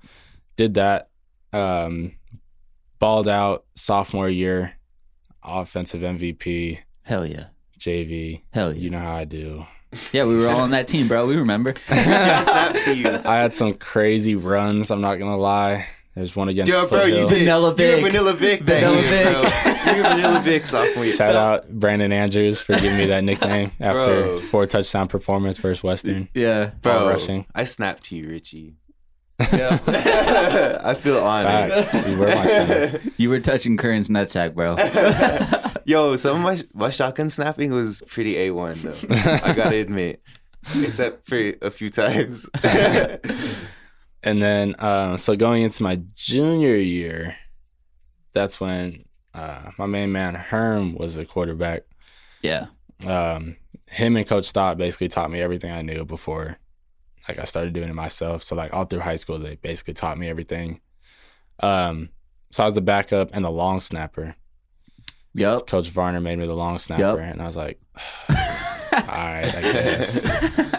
[SPEAKER 3] did that. Um, balled out sophomore year, offensive MVP,
[SPEAKER 2] Hell yeah.
[SPEAKER 3] JV.
[SPEAKER 2] Hell yeah.
[SPEAKER 3] You know how I do.
[SPEAKER 2] Yeah, we were all on that team, bro. We
[SPEAKER 3] [LAUGHS]
[SPEAKER 2] remember. [LAUGHS]
[SPEAKER 1] I snapped to you.
[SPEAKER 3] I had some crazy runs. I'm not gonna lie. There's one against
[SPEAKER 1] Yo, bro, you
[SPEAKER 3] Foothill.
[SPEAKER 1] did.
[SPEAKER 2] Vanilla
[SPEAKER 1] You were
[SPEAKER 2] Vic.
[SPEAKER 1] Vanilla Vic that
[SPEAKER 2] Vanilla
[SPEAKER 1] year, bro. You were Vanilla Vic sophomore year.
[SPEAKER 3] Shout out Brandon Andrews for giving me
[SPEAKER 1] [LAUGHS]
[SPEAKER 3] that nickname after
[SPEAKER 1] Bro.
[SPEAKER 3] four touchdown performance versus Western.
[SPEAKER 2] Yeah.
[SPEAKER 1] bro.
[SPEAKER 3] rushing.
[SPEAKER 1] I snapped to you,
[SPEAKER 3] [LAUGHS]
[SPEAKER 1] Richie. Yeah. [LAUGHS] I feel honored.
[SPEAKER 3] Facts. You were my center.
[SPEAKER 2] You were touching Curran's nutsack, bro.
[SPEAKER 1] [LAUGHS]
[SPEAKER 3] [LAUGHS]
[SPEAKER 2] [LAUGHS]
[SPEAKER 1] Yo, some of my my shotgun snapping was pretty a one though. I gotta admit, except for a few times. [LAUGHS]
[SPEAKER 3] And then, um, so going into my junior year, that's when uh, my main man Herm was the quarterback.
[SPEAKER 2] yeah.
[SPEAKER 3] Um, him and Coach Stott basically taught me everything I knew before, like I started doing it myself. So like all through high school, they basically taught me everything. Um, so I was the backup and the long snapper.
[SPEAKER 2] Yup.
[SPEAKER 3] Coach Varner made me the long snapper, and I was like, [SIGHS] all right, I guess. [LAUGHS]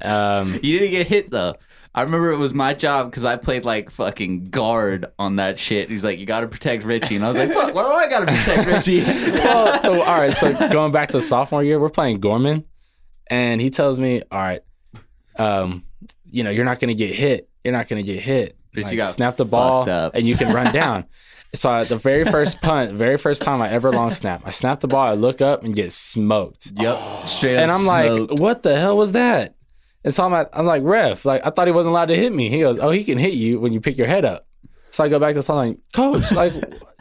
[SPEAKER 3] Um,
[SPEAKER 2] You didn't get hit though. I remember it was my job because I played like fucking guard on that shit. He's like, you gotta protect Richie, and I was like, fuck, why do I gotta protect Richie?
[SPEAKER 3] [LAUGHS] well, so, all right. So going back to sophomore year, we're playing Gorman, and he tells me, "All right, um, you know, you're not gonna get hit. You're not gonna get hit.
[SPEAKER 2] But you got
[SPEAKER 3] snap the ball,
[SPEAKER 2] fucked up.
[SPEAKER 3] and you can
[SPEAKER 2] [LAUGHS]
[SPEAKER 3] run down." so I- the very first punt, very first time I ever long snap, I snap the ball, I look up and get smoked,
[SPEAKER 2] yep. Straight up.
[SPEAKER 3] and I'm
[SPEAKER 2] smoked.
[SPEAKER 3] like, "What the hell was that?" And so I'm, at, I'm like, "Ref, like I thought he wasn't allowed to hit me." He goes, "Oh, he can hit you when you pick your head up." So I go back to something, like, "Coach, like."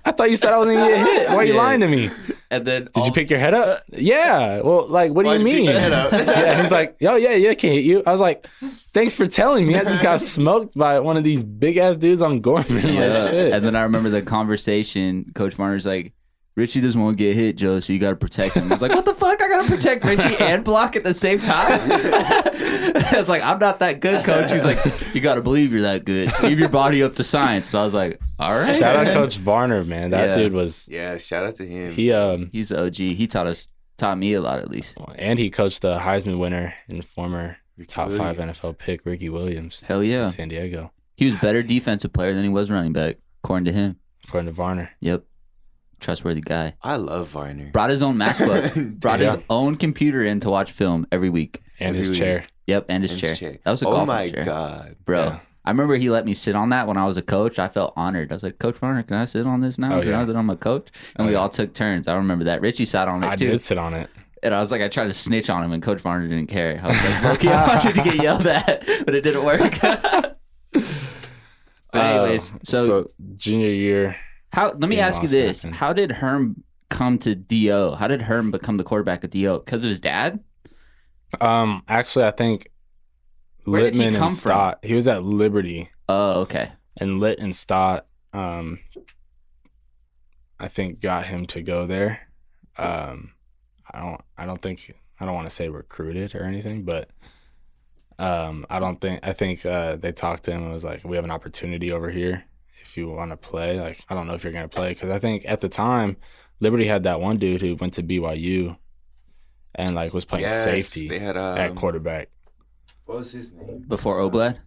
[SPEAKER 3] I thought you said I was gonna get hit. Why are you
[SPEAKER 2] Yeah.
[SPEAKER 3] lying to me?
[SPEAKER 2] and
[SPEAKER 3] [LAUGHS]
[SPEAKER 2] then
[SPEAKER 3] Did you pick your head
[SPEAKER 2] Uh,
[SPEAKER 3] up? Yeah. Well, like, what do you
[SPEAKER 4] Why'd
[SPEAKER 3] mean?
[SPEAKER 4] pick your head
[SPEAKER 2] [LAUGHS]
[SPEAKER 4] up?
[SPEAKER 3] [LAUGHS] yeah, he's like, yo, yeah, yeah, can hit you. I was like, thanks for telling me. I
[SPEAKER 2] [LAUGHS]
[SPEAKER 3] just got smoked by one of these big ass dudes on Gorman. [LAUGHS]
[SPEAKER 2] Yeah.
[SPEAKER 3] Like, shit.
[SPEAKER 2] And then I remember the conversation. Coach Varner's like, Richie doesn't want to get hit, Joe, so you got to protect him. I was like, what the fuck? I got to protect
[SPEAKER 3] [LAUGHS]
[SPEAKER 2] Richie and block at the same time? [LAUGHS] I was like, I'm not that good, coach. He's like, you got to believe you're that good. Leave your body up to science. And I was like, all right.
[SPEAKER 3] Shout out Coach Varner, man. That
[SPEAKER 2] Yeah.
[SPEAKER 3] dude was
[SPEAKER 1] Yeah, shout out to him.
[SPEAKER 3] he um
[SPEAKER 2] He's the OG. He taught us, taught me a lot at least.
[SPEAKER 3] and he coached the Heisman winner and former
[SPEAKER 1] Ricky
[SPEAKER 3] top five
[SPEAKER 1] Williams.
[SPEAKER 3] NFL pick Ricky Williams
[SPEAKER 2] Hell
[SPEAKER 3] in
[SPEAKER 2] yeah.
[SPEAKER 3] San Diego,
[SPEAKER 2] He was better defensive player than he was running back, according to him.
[SPEAKER 3] according to Varner.
[SPEAKER 2] Yep. Trustworthy guy.
[SPEAKER 1] I love Varner.
[SPEAKER 2] Brought his own
[SPEAKER 3] [LAUGHS]
[SPEAKER 2] MacBook. Brought
[SPEAKER 1] [LAUGHS]
[SPEAKER 3] Yeah.
[SPEAKER 2] his own computer in to watch film every week.
[SPEAKER 3] And
[SPEAKER 1] Every
[SPEAKER 3] his
[SPEAKER 1] week.
[SPEAKER 3] chair.
[SPEAKER 2] Yep, and his,
[SPEAKER 1] And
[SPEAKER 2] chair.
[SPEAKER 1] his
[SPEAKER 2] That was a
[SPEAKER 1] oh
[SPEAKER 2] golf
[SPEAKER 1] my
[SPEAKER 2] chair.
[SPEAKER 1] god,
[SPEAKER 2] bro.
[SPEAKER 3] Yeah.
[SPEAKER 2] I remember he let me sit on that when I was a coach. I felt honored. I was like, Coach Varner, can I sit on this now?
[SPEAKER 3] Oh,
[SPEAKER 2] You know
[SPEAKER 3] yeah.
[SPEAKER 2] that I'm a coach, and
[SPEAKER 3] Oh,
[SPEAKER 2] we
[SPEAKER 3] yeah.
[SPEAKER 2] all took turns. I remember that Richie sat on it
[SPEAKER 3] I
[SPEAKER 2] too,
[SPEAKER 3] did sit on it.
[SPEAKER 2] and I was like, I tried to snitch on him, and Coach Varner didn't care. I was like, Loki, I wanted to get yelled at, but it didn't [LAUGHS] work. but anyways,
[SPEAKER 3] Uh,
[SPEAKER 2] Oh, so,
[SPEAKER 3] junior year,
[SPEAKER 2] how? Let me
[SPEAKER 3] in
[SPEAKER 2] ask you
[SPEAKER 3] Boston, I
[SPEAKER 2] this:
[SPEAKER 3] think.
[SPEAKER 2] How did Herm come to Do? How did Herm become the quarterback of Do? Because of his dad?
[SPEAKER 3] um, actually, I think
[SPEAKER 2] Where did he
[SPEAKER 3] Littman
[SPEAKER 2] come from?
[SPEAKER 3] and Stott. He was at Liberty.
[SPEAKER 2] Oh, okay.
[SPEAKER 3] and Lit and Stott, um, I think got him to go there. Um, I don't, I don't think, I don't want to say recruited or anything, but um, I don't think, I think uh, they talked to him and was like, we have an opportunity over here if you want to play. Like, I don't know if you're gonna play because I think at the time Liberty had that one dude who went to BYU and like was playing
[SPEAKER 1] Yes,
[SPEAKER 3] safety
[SPEAKER 1] They had um,
[SPEAKER 3] at quarterback
[SPEAKER 1] What was his name?
[SPEAKER 2] Before Oblad.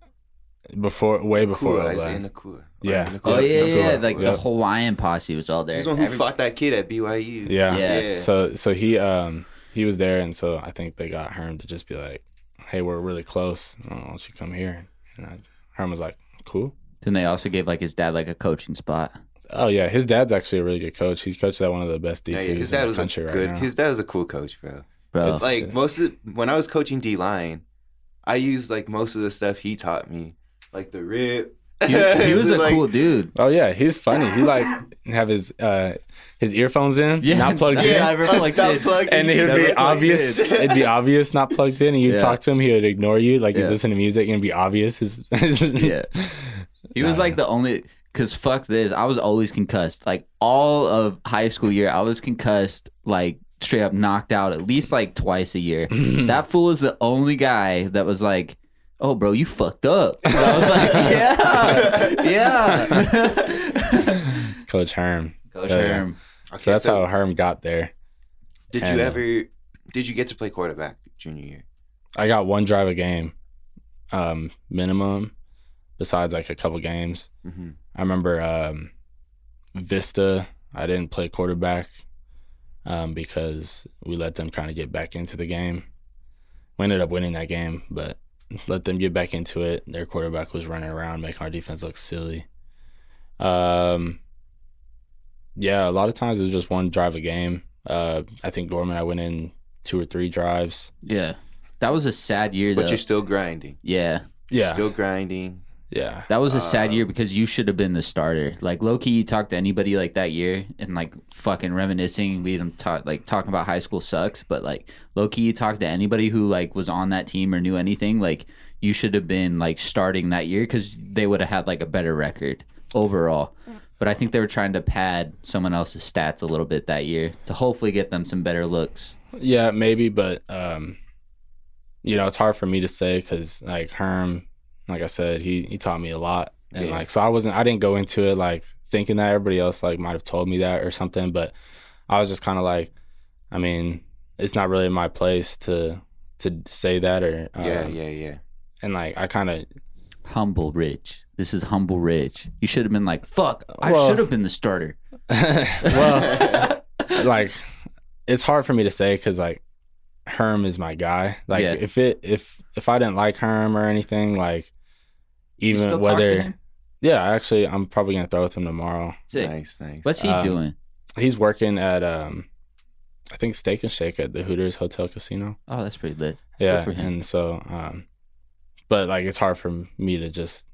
[SPEAKER 3] before, way before.
[SPEAKER 1] Nakua,
[SPEAKER 3] Oblak.
[SPEAKER 1] Isaiah Nakua. Or
[SPEAKER 3] Yeah.
[SPEAKER 1] Nakua,
[SPEAKER 2] Oh
[SPEAKER 3] Yep,
[SPEAKER 2] yeah,
[SPEAKER 1] something
[SPEAKER 2] yeah, yeah.
[SPEAKER 3] Nakua.
[SPEAKER 2] like the
[SPEAKER 3] Yep.
[SPEAKER 2] Hawaiian posse was all there.
[SPEAKER 1] He's the one who
[SPEAKER 2] Every-
[SPEAKER 1] fought that kid at E. BYU.
[SPEAKER 3] yeah.
[SPEAKER 2] Yeah.
[SPEAKER 3] So so he um he was there, and so I think they got Herm to just be like, "Hey, we're really close. Why don't you come here?" And I, Herm was like, "Cool."
[SPEAKER 2] Then they also gave like his dad like a coaching spot.
[SPEAKER 3] Oh yeah, his dad's actually a really good coach. He's coached at one of the best D
[SPEAKER 1] Yeah,
[SPEAKER 3] twos
[SPEAKER 1] yeah, his
[SPEAKER 3] in
[SPEAKER 1] dad
[SPEAKER 3] the
[SPEAKER 1] was a
[SPEAKER 3] country
[SPEAKER 1] good.
[SPEAKER 3] right now.
[SPEAKER 1] his dad was a cool coach, bro.
[SPEAKER 2] Bro,
[SPEAKER 3] It's
[SPEAKER 1] Like
[SPEAKER 3] Yeah.
[SPEAKER 1] most of when I was coaching D line, I used like most of the stuff he taught me, like the rip. [LAUGHS]
[SPEAKER 2] he, he was a
[SPEAKER 1] Like,
[SPEAKER 2] cool dude.
[SPEAKER 3] oh yeah, he's funny. He like have his uh his earphones in, not plugged
[SPEAKER 2] that's
[SPEAKER 3] in.
[SPEAKER 2] what I remember, like,
[SPEAKER 1] that
[SPEAKER 2] dude.
[SPEAKER 1] plug-
[SPEAKER 3] And
[SPEAKER 1] he
[SPEAKER 3] it would
[SPEAKER 1] never
[SPEAKER 3] be
[SPEAKER 1] [LAUGHS] plugged
[SPEAKER 3] obvious.
[SPEAKER 1] in.
[SPEAKER 3] it'd be obvious, not plugged in, and you
[SPEAKER 2] Yeah.
[SPEAKER 3] would talk to him. He would ignore you, like
[SPEAKER 2] Yeah.
[SPEAKER 3] he's listening to music, and it'd be obvious. His,
[SPEAKER 2] Yeah.
[SPEAKER 3] [LAUGHS]
[SPEAKER 2] He was like the only cuz fuck this, I was always concussed. Like all of high school year, I was concussed like straight up knocked out at least like twice a year.
[SPEAKER 3] Mm-hmm.
[SPEAKER 2] that fool was the only guy that was like Oh, bro, you fucked up. And I was like, yeah, yeah.
[SPEAKER 3] Coach Herm.
[SPEAKER 2] Coach
[SPEAKER 3] Yeah.
[SPEAKER 2] Herm.
[SPEAKER 1] Okay,
[SPEAKER 3] So that's
[SPEAKER 1] so
[SPEAKER 3] how Herm got there.
[SPEAKER 1] Did you
[SPEAKER 3] and-
[SPEAKER 1] ever? Did you get to play quarterback junior year?
[SPEAKER 3] I got one drive a game, um, minimum. Besides like a couple games,
[SPEAKER 1] Mm-hmm.
[SPEAKER 3] I remember um, Vista. I didn't play quarterback um, because we let them kind of get back into the game. We ended up winning that game, but let them get back into it. Their quarterback was running around, making our defense look silly. Um, yeah, a lot of times it was just one drive a game. Uh, I think Gorman, I went in two or three drives.
[SPEAKER 2] Yeah. That was a sad year though.
[SPEAKER 1] But you're still grinding.
[SPEAKER 2] yeah.
[SPEAKER 1] You're still grinding.
[SPEAKER 3] yeah.
[SPEAKER 2] That was a sad
[SPEAKER 1] Uh,
[SPEAKER 3] Um,
[SPEAKER 2] year because you should have been the starter. Like low key, you talk to anybody like that year and like fucking reminiscing. We them talk like talking about high school sucks, but like low key, you talk to anybody who like was on that team or knew anything. Like you should have been like starting that year because they would have had like a better record overall. But I think they were trying to pad someone else's stats a little bit that year to hopefully get them some better looks.
[SPEAKER 3] Yeah, maybe, but um, you know, it's hard for me to say because like Herm, like I said, he he taught me a lot, and
[SPEAKER 1] Yeah.
[SPEAKER 3] like so I wasn't I didn't go into it like thinking that everybody else like might have told me that or something, but I was just kind of like, I mean, it's not really my place to to say that or um,
[SPEAKER 1] yeah, yeah, yeah.
[SPEAKER 3] and like I
[SPEAKER 1] [LAUGHS]
[SPEAKER 3] kind [LAUGHS] of
[SPEAKER 2] Humble Rich. This is Humble Rich. You should have been like, fuck, I
[SPEAKER 3] Well-
[SPEAKER 2] should have been the starter. [LAUGHS]
[SPEAKER 3] well, like it's hard for me to say because like Herm is my guy. Like
[SPEAKER 2] Yeah.
[SPEAKER 3] if it if if I didn't like Herm or anything, like even
[SPEAKER 2] still talk to
[SPEAKER 3] whether
[SPEAKER 2] him?
[SPEAKER 3] yeah, actually I'm probably gonna throw with him tomorrow.
[SPEAKER 2] Sick.
[SPEAKER 1] Nice, nice.
[SPEAKER 2] What's he
[SPEAKER 3] Um,
[SPEAKER 2] doing?
[SPEAKER 3] He's working at um, I think Steak and Shake at the Hooters Hotel Casino.
[SPEAKER 2] Oh, that's pretty lit.
[SPEAKER 3] Yeah,
[SPEAKER 2] for him.
[SPEAKER 3] and so um, but like it's hard for me to just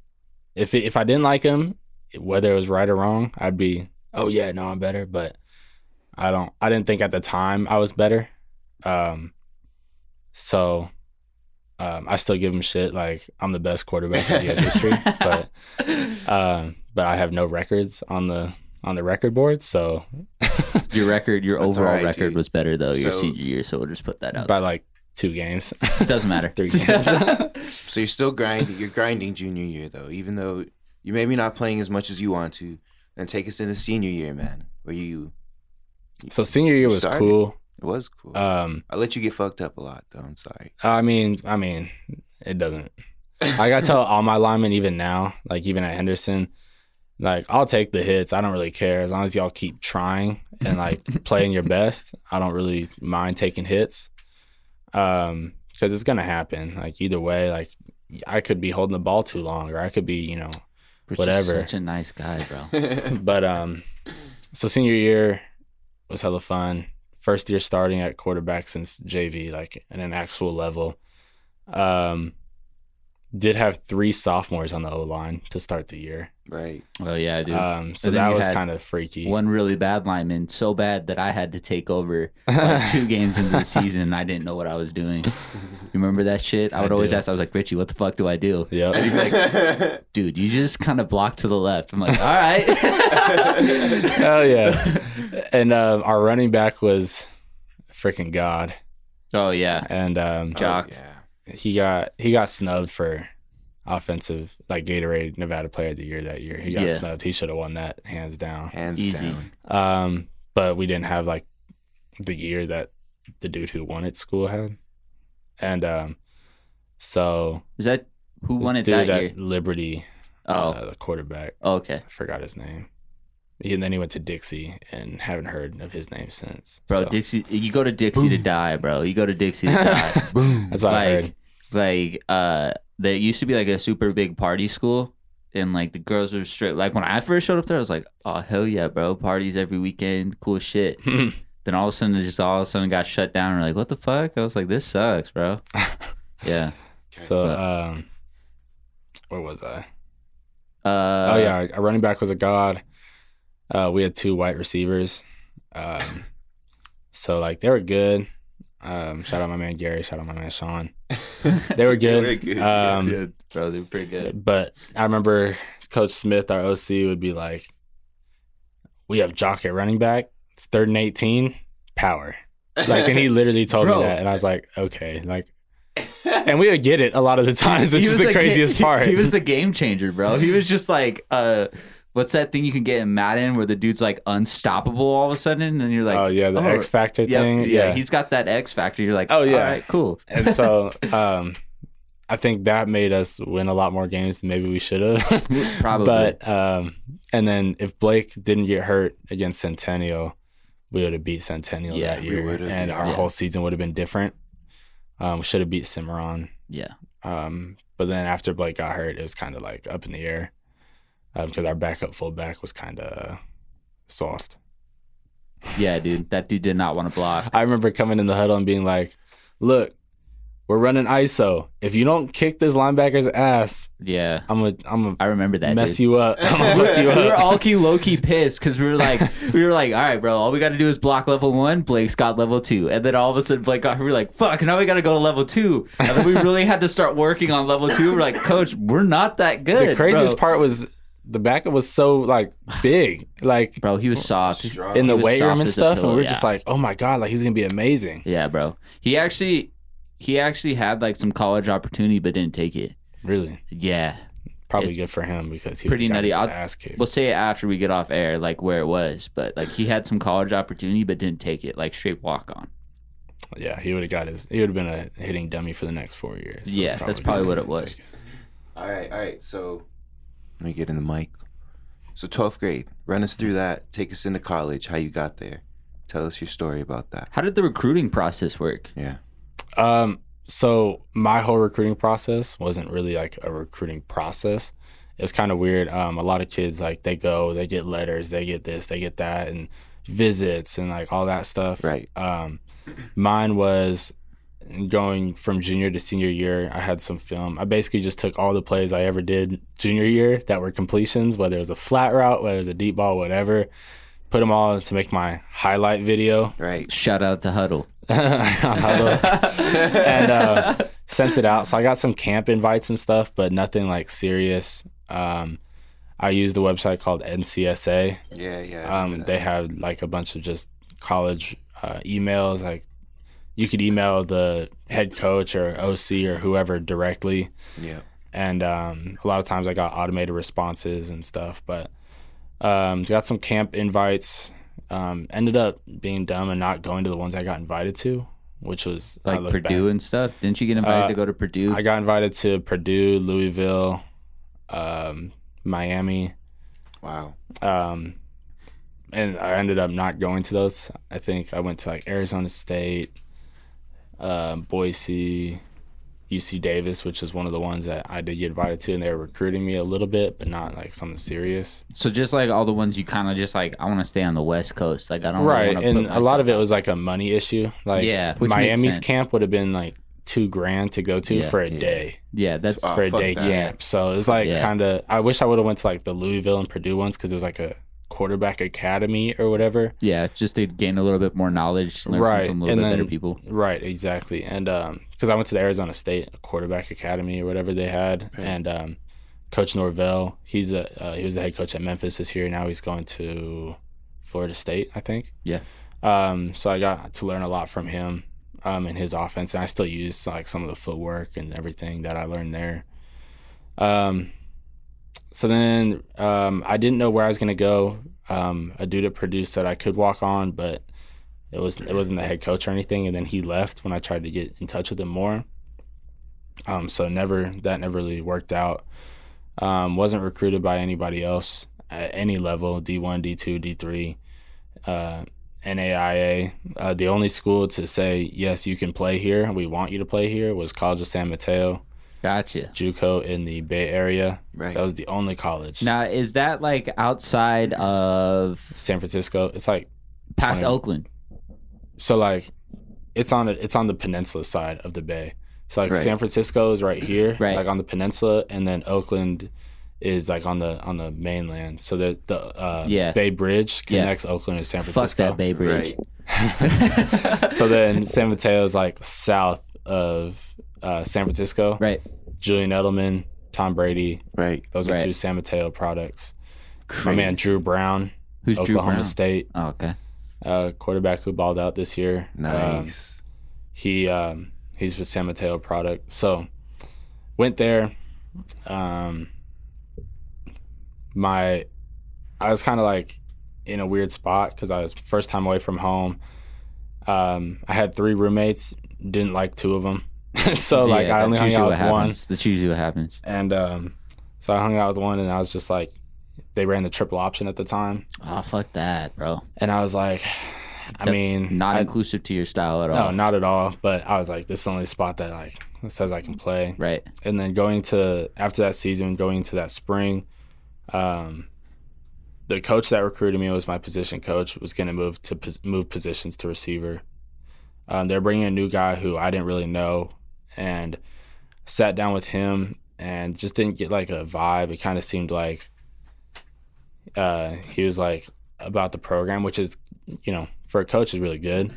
[SPEAKER 3] if it, if I didn't like him, whether it was right or wrong, I'd be oh yeah no I'm better. But I don't. I didn't think at the time I was better. Um, so, um, I still give him shit. Like I'm the best quarterback
[SPEAKER 2] [LAUGHS]
[SPEAKER 3] in the industry, but um, but I have no records on the on the record board. So
[SPEAKER 2] your record, your
[SPEAKER 1] That's
[SPEAKER 2] overall
[SPEAKER 1] alright,
[SPEAKER 2] record
[SPEAKER 1] dude.
[SPEAKER 2] was better though your
[SPEAKER 1] So-
[SPEAKER 2] senior year. So we'll just put that out.
[SPEAKER 3] [LAUGHS] by like two games,
[SPEAKER 2] It doesn't matter.
[SPEAKER 3] [LAUGHS]
[SPEAKER 2] [LAUGHS]
[SPEAKER 3] three games.
[SPEAKER 1] So you're still grinding. You're grinding junior year though, even though you're maybe not playing as much as you want to. Then take us into senior year, man, where you
[SPEAKER 3] so senior year was
[SPEAKER 1] Started.
[SPEAKER 3] cool.
[SPEAKER 1] it was cool.
[SPEAKER 3] Um,
[SPEAKER 1] I let you get fucked up a lot though. I'm sorry.
[SPEAKER 3] I mean, I mean, it doesn't. I gotta tell all my linemen, even now, like even at Henderson, like I'll take the hits. I don't really care as long as y'all keep trying and like playing your best. I don't really mind taking hits, um, because it's gonna happen. Like either way, like I could be holding the ball too long, or I could be, you know,
[SPEAKER 2] Rich is
[SPEAKER 3] Whatever.
[SPEAKER 2] Such a nice guy, bro.
[SPEAKER 3] but um, so senior year was hella fun. First year starting at quarterback since JV, like at an actual level. Um, did have three sophomores on the O line to start the year.
[SPEAKER 1] right.
[SPEAKER 2] Oh yeah, dude.
[SPEAKER 3] Um, so
[SPEAKER 2] And then
[SPEAKER 3] that
[SPEAKER 2] you
[SPEAKER 3] was
[SPEAKER 2] had
[SPEAKER 3] kind of freaky. [LAUGHS]
[SPEAKER 2] One really bad lineman, so bad that I had to take over like two games into the season and I didn't know what I was doing. You remember that shit? I
[SPEAKER 3] I
[SPEAKER 2] would always
[SPEAKER 3] do.
[SPEAKER 2] ask, I was like, Richie, what the fuck do I do?
[SPEAKER 3] Yep.
[SPEAKER 1] oh,
[SPEAKER 2] Dude, you just kind of block to the left. I'm like, all [LAUGHS] right.
[SPEAKER 3] [LAUGHS] Hell [LAUGHS] yeah. And um, our running back was freaking god,
[SPEAKER 2] oh yeah.
[SPEAKER 3] and um,
[SPEAKER 2] Jock.
[SPEAKER 1] Oh, yeah.
[SPEAKER 3] he got he got snubbed for offensive like Gatorade Nevada Player of the Year that year. He got
[SPEAKER 2] Yeah.
[SPEAKER 3] snubbed. He should have won that hands down.
[SPEAKER 1] Hands
[SPEAKER 2] Easy.
[SPEAKER 1] down.
[SPEAKER 3] Um, but we didn't have like the year that the dude who won at school had, and um, so
[SPEAKER 2] Is that who
[SPEAKER 3] this
[SPEAKER 2] won it
[SPEAKER 3] dude
[SPEAKER 2] that
[SPEAKER 3] at
[SPEAKER 2] year?
[SPEAKER 3] Liberty,
[SPEAKER 2] Oh,
[SPEAKER 3] uh, the quarterback,
[SPEAKER 2] okay.
[SPEAKER 3] I forgot his name. He- And then he went to Dixie, and haven't heard of his name since.
[SPEAKER 2] Bro,
[SPEAKER 3] So,
[SPEAKER 2] Dixie, you go to Dixie to die, bro. You go to Dixie
[SPEAKER 3] [LAUGHS]
[SPEAKER 2] to die.
[SPEAKER 1] Boom.
[SPEAKER 3] that's what I heard.
[SPEAKER 2] like like uh there used to be like a super big party school and like the girls were straight like when i first showed up there i was like oh hell yeah bro parties every weekend cool shit then all of a sudden it just all of a sudden got shut down we're like what the fuck i was like this sucks bro yeah
[SPEAKER 3] [LAUGHS] so,
[SPEAKER 2] but-
[SPEAKER 3] um, where was I?
[SPEAKER 2] uh
[SPEAKER 3] oh yeah, our- our running back was a god. Uh, we had two white receivers, um, so like they were good. Um, shout out my man Gary. Shout out my man Sean.
[SPEAKER 2] [LAUGHS]
[SPEAKER 3] They were good. Um,
[SPEAKER 2] Uh, bro they're pretty good
[SPEAKER 3] But I remember Coach Smith, our OC, would be like, "We have Jock at running back. It's third and eighteen, power." [LAUGHS]
[SPEAKER 2] [LAUGHS]
[SPEAKER 3] Like, and he literally told
[SPEAKER 2] Bro.
[SPEAKER 3] me that, and I was like, "Okay." Like, and we would get it a lot of the [LAUGHS] times, which
[SPEAKER 2] He
[SPEAKER 3] is
[SPEAKER 2] was
[SPEAKER 3] the
[SPEAKER 2] like-
[SPEAKER 3] craziest
[SPEAKER 2] he-
[SPEAKER 3] part.
[SPEAKER 2] He was the game changer, bro. He was just like, uh, what's that thing you can get in Madden where the dude's like unstoppable all of a sudden, and you're like,
[SPEAKER 3] oh yeah, the
[SPEAKER 2] oh,
[SPEAKER 3] X Factor
[SPEAKER 2] yeah,
[SPEAKER 3] thing.
[SPEAKER 2] yeah,
[SPEAKER 3] yeah,
[SPEAKER 2] he's got that X factor. You're like,
[SPEAKER 3] Oh, yeah.
[SPEAKER 2] all right, cool.
[SPEAKER 3] and so um, I think that made us win a lot more games than maybe we should have.
[SPEAKER 2] [LAUGHS] Probably.
[SPEAKER 3] But um, and then if Blake didn't get hurt against Centennial, we would have beat Centennial
[SPEAKER 2] Yeah,
[SPEAKER 3] that
[SPEAKER 1] we
[SPEAKER 3] year,
[SPEAKER 1] would've,
[SPEAKER 3] and
[SPEAKER 1] yeah.
[SPEAKER 3] our
[SPEAKER 2] Yeah.
[SPEAKER 3] whole season would have been different. Um, we should have beat Cimarron.
[SPEAKER 2] yeah,
[SPEAKER 3] Um, but then after Blake got hurt, it was kind of like up in the air because our backup fullback was kind of soft.
[SPEAKER 2] yeah, dude. That dude did not want to block.
[SPEAKER 3] I remember coming in the huddle and being like, "Look, we're running ISO. If you don't kick this linebacker's ass,
[SPEAKER 2] Yeah,
[SPEAKER 3] I'm gonna I'm gonna
[SPEAKER 2] I remember that.
[SPEAKER 3] mess
[SPEAKER 2] dude. [LAUGHS]
[SPEAKER 3] you up. I'm gonna fuck you
[SPEAKER 2] We were
[SPEAKER 3] up."
[SPEAKER 2] all key low
[SPEAKER 3] [LAUGHS]
[SPEAKER 2] key pissed because we were like, we were like, all right, bro, all we got to do is block level one. Blake's got level two, and then all of a sudden Blake got. We were like, fuck, now we got to go to level two, and then we really had to start working on level two. We're like, coach, we're not that good.
[SPEAKER 3] the craziest
[SPEAKER 2] bro.
[SPEAKER 3] part was the backup was so like big, like
[SPEAKER 2] bro, he was soft.
[SPEAKER 1] Strong.
[SPEAKER 3] in the
[SPEAKER 2] was
[SPEAKER 3] weight
[SPEAKER 2] soft
[SPEAKER 3] room and
[SPEAKER 2] as a
[SPEAKER 3] stuff, and
[SPEAKER 2] pillow,
[SPEAKER 3] we were
[SPEAKER 2] yeah.
[SPEAKER 3] just like, "Oh my god, like he's gonna be amazing."
[SPEAKER 2] Yeah, bro. He actually, he actually had like some college opportunity, but didn't take it.
[SPEAKER 3] Really,
[SPEAKER 2] Yeah,
[SPEAKER 3] probably
[SPEAKER 2] It's
[SPEAKER 3] good for him because he
[SPEAKER 2] pretty
[SPEAKER 3] got
[SPEAKER 2] nutty.
[SPEAKER 3] his
[SPEAKER 2] I'll-
[SPEAKER 3] ass kicked.
[SPEAKER 2] we'll say it after we get off air, like where it was. But like he had some college opportunity, but didn't take it. Like straight walk on.
[SPEAKER 3] yeah, he would have got his. He would have been a hitting dummy for the next four years. so
[SPEAKER 2] yeah, that's probably what it was.
[SPEAKER 1] [LAUGHS] All right, all right. So let me get in the mic. So 12th grade, run us through that. Take us into college. How you got there? Tell us your story about that.
[SPEAKER 2] How did the recruiting process work?
[SPEAKER 1] Yeah.
[SPEAKER 3] Um, so my whole recruiting process wasn't really like a recruiting process. It was kind of weird. Um, a lot of kids like they go, they get letters, they get this, they get that, and visits and like all that stuff.
[SPEAKER 1] Right.
[SPEAKER 3] Um, mine was going from junior to senior year. I had some film. I basically just took all the plays I ever did junior year that were completions, whether it was a flat route, whether it was a deep ball, whatever. put them all to make my highlight video.
[SPEAKER 1] Right.
[SPEAKER 2] Shout out to Huddle.
[SPEAKER 3] [LAUGHS] Hello. and uh, sent it out. So I got some camp invites and stuff, but nothing like serious. Um, I used the website called NCSA.
[SPEAKER 1] Yeah, yeah. I
[SPEAKER 3] Um,
[SPEAKER 1] remember
[SPEAKER 3] they had like a bunch of just college uh, emails. Like you could email the head coach or OC or whoever directly
[SPEAKER 1] that. Yeah.
[SPEAKER 3] and um, a lot of times I got automated responses and stuff. But um, got some camp invites. Um, ended up being dumb and not going to the ones I got invited to, which was I
[SPEAKER 2] like
[SPEAKER 3] look
[SPEAKER 2] Purdue and stuff. Didn't you get invited
[SPEAKER 3] Uh,
[SPEAKER 2] to go to Purdue?
[SPEAKER 3] back- I got invited to Purdue, Louisville, um, Miami,
[SPEAKER 1] Wow.
[SPEAKER 3] um, and I ended up not going to those. I think I went to like Arizona State, um, Boise, UC Davis, which is one of the ones that I did get invited to, and they were recruiting me a little bit, but not like something serious.
[SPEAKER 2] so just like all the ones you kind of just like, I want to stay on the West Coast. Like I don't
[SPEAKER 3] right,
[SPEAKER 2] Really
[SPEAKER 3] and a lot of it was like a money issue. Like
[SPEAKER 2] Yeah, which makes
[SPEAKER 3] Miami's
[SPEAKER 2] sense.
[SPEAKER 3] camp would have been like two grand to go to
[SPEAKER 2] Yeah.
[SPEAKER 3] for a
[SPEAKER 1] Yeah.
[SPEAKER 3] day
[SPEAKER 2] yeah, that's
[SPEAKER 1] Oh,
[SPEAKER 3] for a
[SPEAKER 1] fuck
[SPEAKER 3] day
[SPEAKER 1] that.
[SPEAKER 3] camp. So it's like
[SPEAKER 2] Yeah.
[SPEAKER 3] kind of. I wish I would have went to like the Louisville and Purdue ones because it was like a quarterback academy or whatever.
[SPEAKER 2] yeah, just to gain a little bit more knowledge, learn
[SPEAKER 3] Right,
[SPEAKER 2] from some little
[SPEAKER 3] and
[SPEAKER 2] bit better
[SPEAKER 3] then-
[SPEAKER 2] people.
[SPEAKER 3] Right, exactly. And because I went to the Arizona State quarterback academy or whatever they had,
[SPEAKER 1] Right.
[SPEAKER 3] and um, Coach Norvell, he's a uh, he was the head coach at Memphis this year. Now he's going to Florida State, I think.
[SPEAKER 2] Yeah.
[SPEAKER 3] Um, so I got to learn a lot from him um, and his offense, and I still use like some of the footwork and everything that I learned there. Um, so then um, I didn't know where I was gonna go. Um, a dude at Purdue said I could walk on, but it was it wasn't the head coach or anything. And then he left when I tried to get in touch with him more. Um, so never that never really worked out. Um, wasn't recruited by anybody else at any level D one, D two, D three, uh, NAIA. Uh, the only school to say yes, you can play here. We want you to play here was College of San Mateo,
[SPEAKER 2] Gotcha.
[SPEAKER 3] JUCO in the Bay Area.
[SPEAKER 1] Right.
[SPEAKER 3] That was the only college.
[SPEAKER 2] Now is that like outside of
[SPEAKER 3] San Francisco. It's like
[SPEAKER 2] past
[SPEAKER 3] Twenty.
[SPEAKER 2] Oakland?
[SPEAKER 3] so like it's on a, it's on the peninsula side of the bay. So like
[SPEAKER 1] Right.
[SPEAKER 3] San Francisco is right here,
[SPEAKER 2] Right.
[SPEAKER 3] like on the peninsula, and then Oakland is like on the on the mainland. So the the uh,
[SPEAKER 2] Yeah.
[SPEAKER 3] Bay Bridge
[SPEAKER 2] Yeah.
[SPEAKER 3] connects Oakland and San
[SPEAKER 2] Fuck
[SPEAKER 3] Francisco.
[SPEAKER 2] that Bay Bridge.
[SPEAKER 1] Right.
[SPEAKER 3] So then San Mateo is like south of uh, San Francisco.
[SPEAKER 2] [LAUGHS] Right.
[SPEAKER 3] Julian Edelman, Tom Brady,
[SPEAKER 1] Right.
[SPEAKER 3] those are
[SPEAKER 2] Right.
[SPEAKER 3] two San Mateo products.
[SPEAKER 1] Crazy.
[SPEAKER 3] My man Drew Brown,
[SPEAKER 2] Who's
[SPEAKER 3] Oklahoma
[SPEAKER 2] Drew Brown?
[SPEAKER 3] State
[SPEAKER 2] Oh, okay.
[SPEAKER 3] uh, quarterback who balled out this year. Um,
[SPEAKER 1] Nice.
[SPEAKER 3] he um, he's with San Mateo product. So went there. Um, my I was kind of like in a weird spot because I was first time away from home. Um, I had three roommates. Didn't like two of them, [LAUGHS] so like
[SPEAKER 2] Yeah,
[SPEAKER 3] I only hung out
[SPEAKER 2] what
[SPEAKER 3] with one.
[SPEAKER 2] happens. That's usually what happens.
[SPEAKER 3] And um, so I hung out with one, and I was just like, they ran the triple option at the time,
[SPEAKER 2] Oh, fuck that, bro.
[SPEAKER 3] and I was like, I
[SPEAKER 2] That's
[SPEAKER 3] mean,
[SPEAKER 2] not
[SPEAKER 3] I-
[SPEAKER 2] inclusive to your style at all.
[SPEAKER 3] no, not at all. But I was like, this is the only spot that like says I can play.
[SPEAKER 2] Right.
[SPEAKER 3] and then going to after that season, going into that spring, um, the coach that recruited me was my position coach. Was going to move to pos- move positions to receiver. Um, they're bringing a new guy who I didn't really know, and sat down with him and just didn't get like a vibe. It kind of seemed like uh, he was like about the program, which is you know for a coach is really good.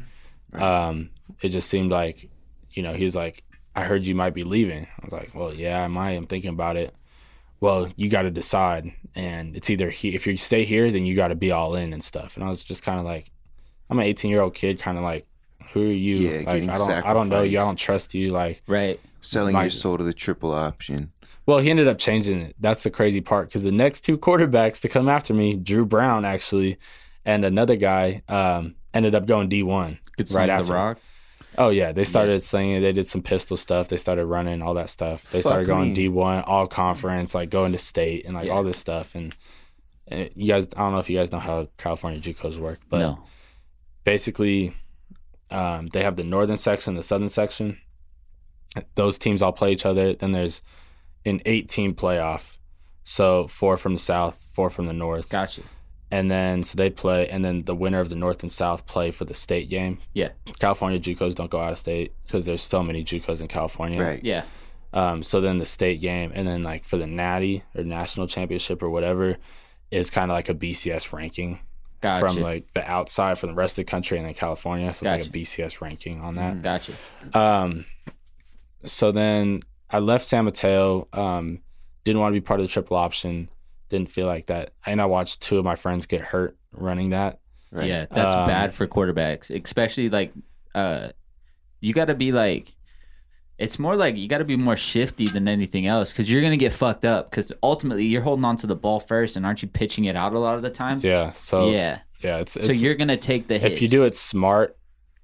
[SPEAKER 3] Um, it just seemed like you know he was like I heard you might be leaving. I was like, well, yeah, I might. I'm thinking about it. Well, you got to decide. And it's either he, if you stay here, then you got to be all in and stuff. And I was just kind of like, I'm an 18 year old kid, kind of like, who are you?
[SPEAKER 1] Yeah,
[SPEAKER 3] like,
[SPEAKER 1] getting
[SPEAKER 3] I don't, I don't know you. I
[SPEAKER 1] sacrificed.
[SPEAKER 3] don't trust you. Like,
[SPEAKER 2] Right.
[SPEAKER 1] Selling your
[SPEAKER 3] Like-
[SPEAKER 1] soul to the triple option.
[SPEAKER 3] well, he ended up changing it. That's the crazy part because the next two quarterbacks to come after me, Drew Brown actually, and another guy, um, ended up going D1.
[SPEAKER 2] Good
[SPEAKER 3] Right
[SPEAKER 2] right
[SPEAKER 3] after.
[SPEAKER 2] the rock.
[SPEAKER 3] Oh yeah, they started slinging. They did some pistol stuff. They started running all that stuff. They
[SPEAKER 1] Fuck
[SPEAKER 3] started going
[SPEAKER 1] me.
[SPEAKER 3] D one, all conference, like going to state and like all this stuff. And, and you guys, I don't know if you guys know how California JUCOs work, but
[SPEAKER 2] no.
[SPEAKER 3] basically, um, they have the northern section, the southern section. Those teams all play each other. Then there's an eight team playoff. So four from the south, four from the north,
[SPEAKER 2] Gotcha.
[SPEAKER 3] and then so they play, and then the winner of the North and South play for the state game.
[SPEAKER 2] Yeah.
[SPEAKER 3] California JUCOs don't go out of state because there's so many JUCOs in California.
[SPEAKER 1] Right.
[SPEAKER 2] Yeah.
[SPEAKER 3] Um, so then the state game, and then like for the Natty or national championship or whatever, is kind of like a BCS ranking.
[SPEAKER 2] Gotcha.
[SPEAKER 3] from like the outside from the rest of the country and then California. So it's
[SPEAKER 2] Gotcha. Mm-hmm.
[SPEAKER 3] like a BCS ranking on that.
[SPEAKER 2] Mm, Gotcha.
[SPEAKER 3] Um, so then I left San Mateo. Um, didn't want to be part of the triple option. Didn't feel like that. And I watched two of my friends get hurt running that.
[SPEAKER 1] Right.
[SPEAKER 2] Yeah, that's
[SPEAKER 3] Um,
[SPEAKER 2] bad for quarterbacks, especially like uh you got to be like it's more like you got to be more shifty than anything else cuz you're going to get fucked up cuz ultimately you're holding on to the ball first and aren't you pitching it out a lot of the time?
[SPEAKER 3] Yeah. So yeah,
[SPEAKER 2] yeah.
[SPEAKER 3] it's,
[SPEAKER 2] So
[SPEAKER 3] it's
[SPEAKER 2] you're going to take the hits.
[SPEAKER 3] if you do it smart,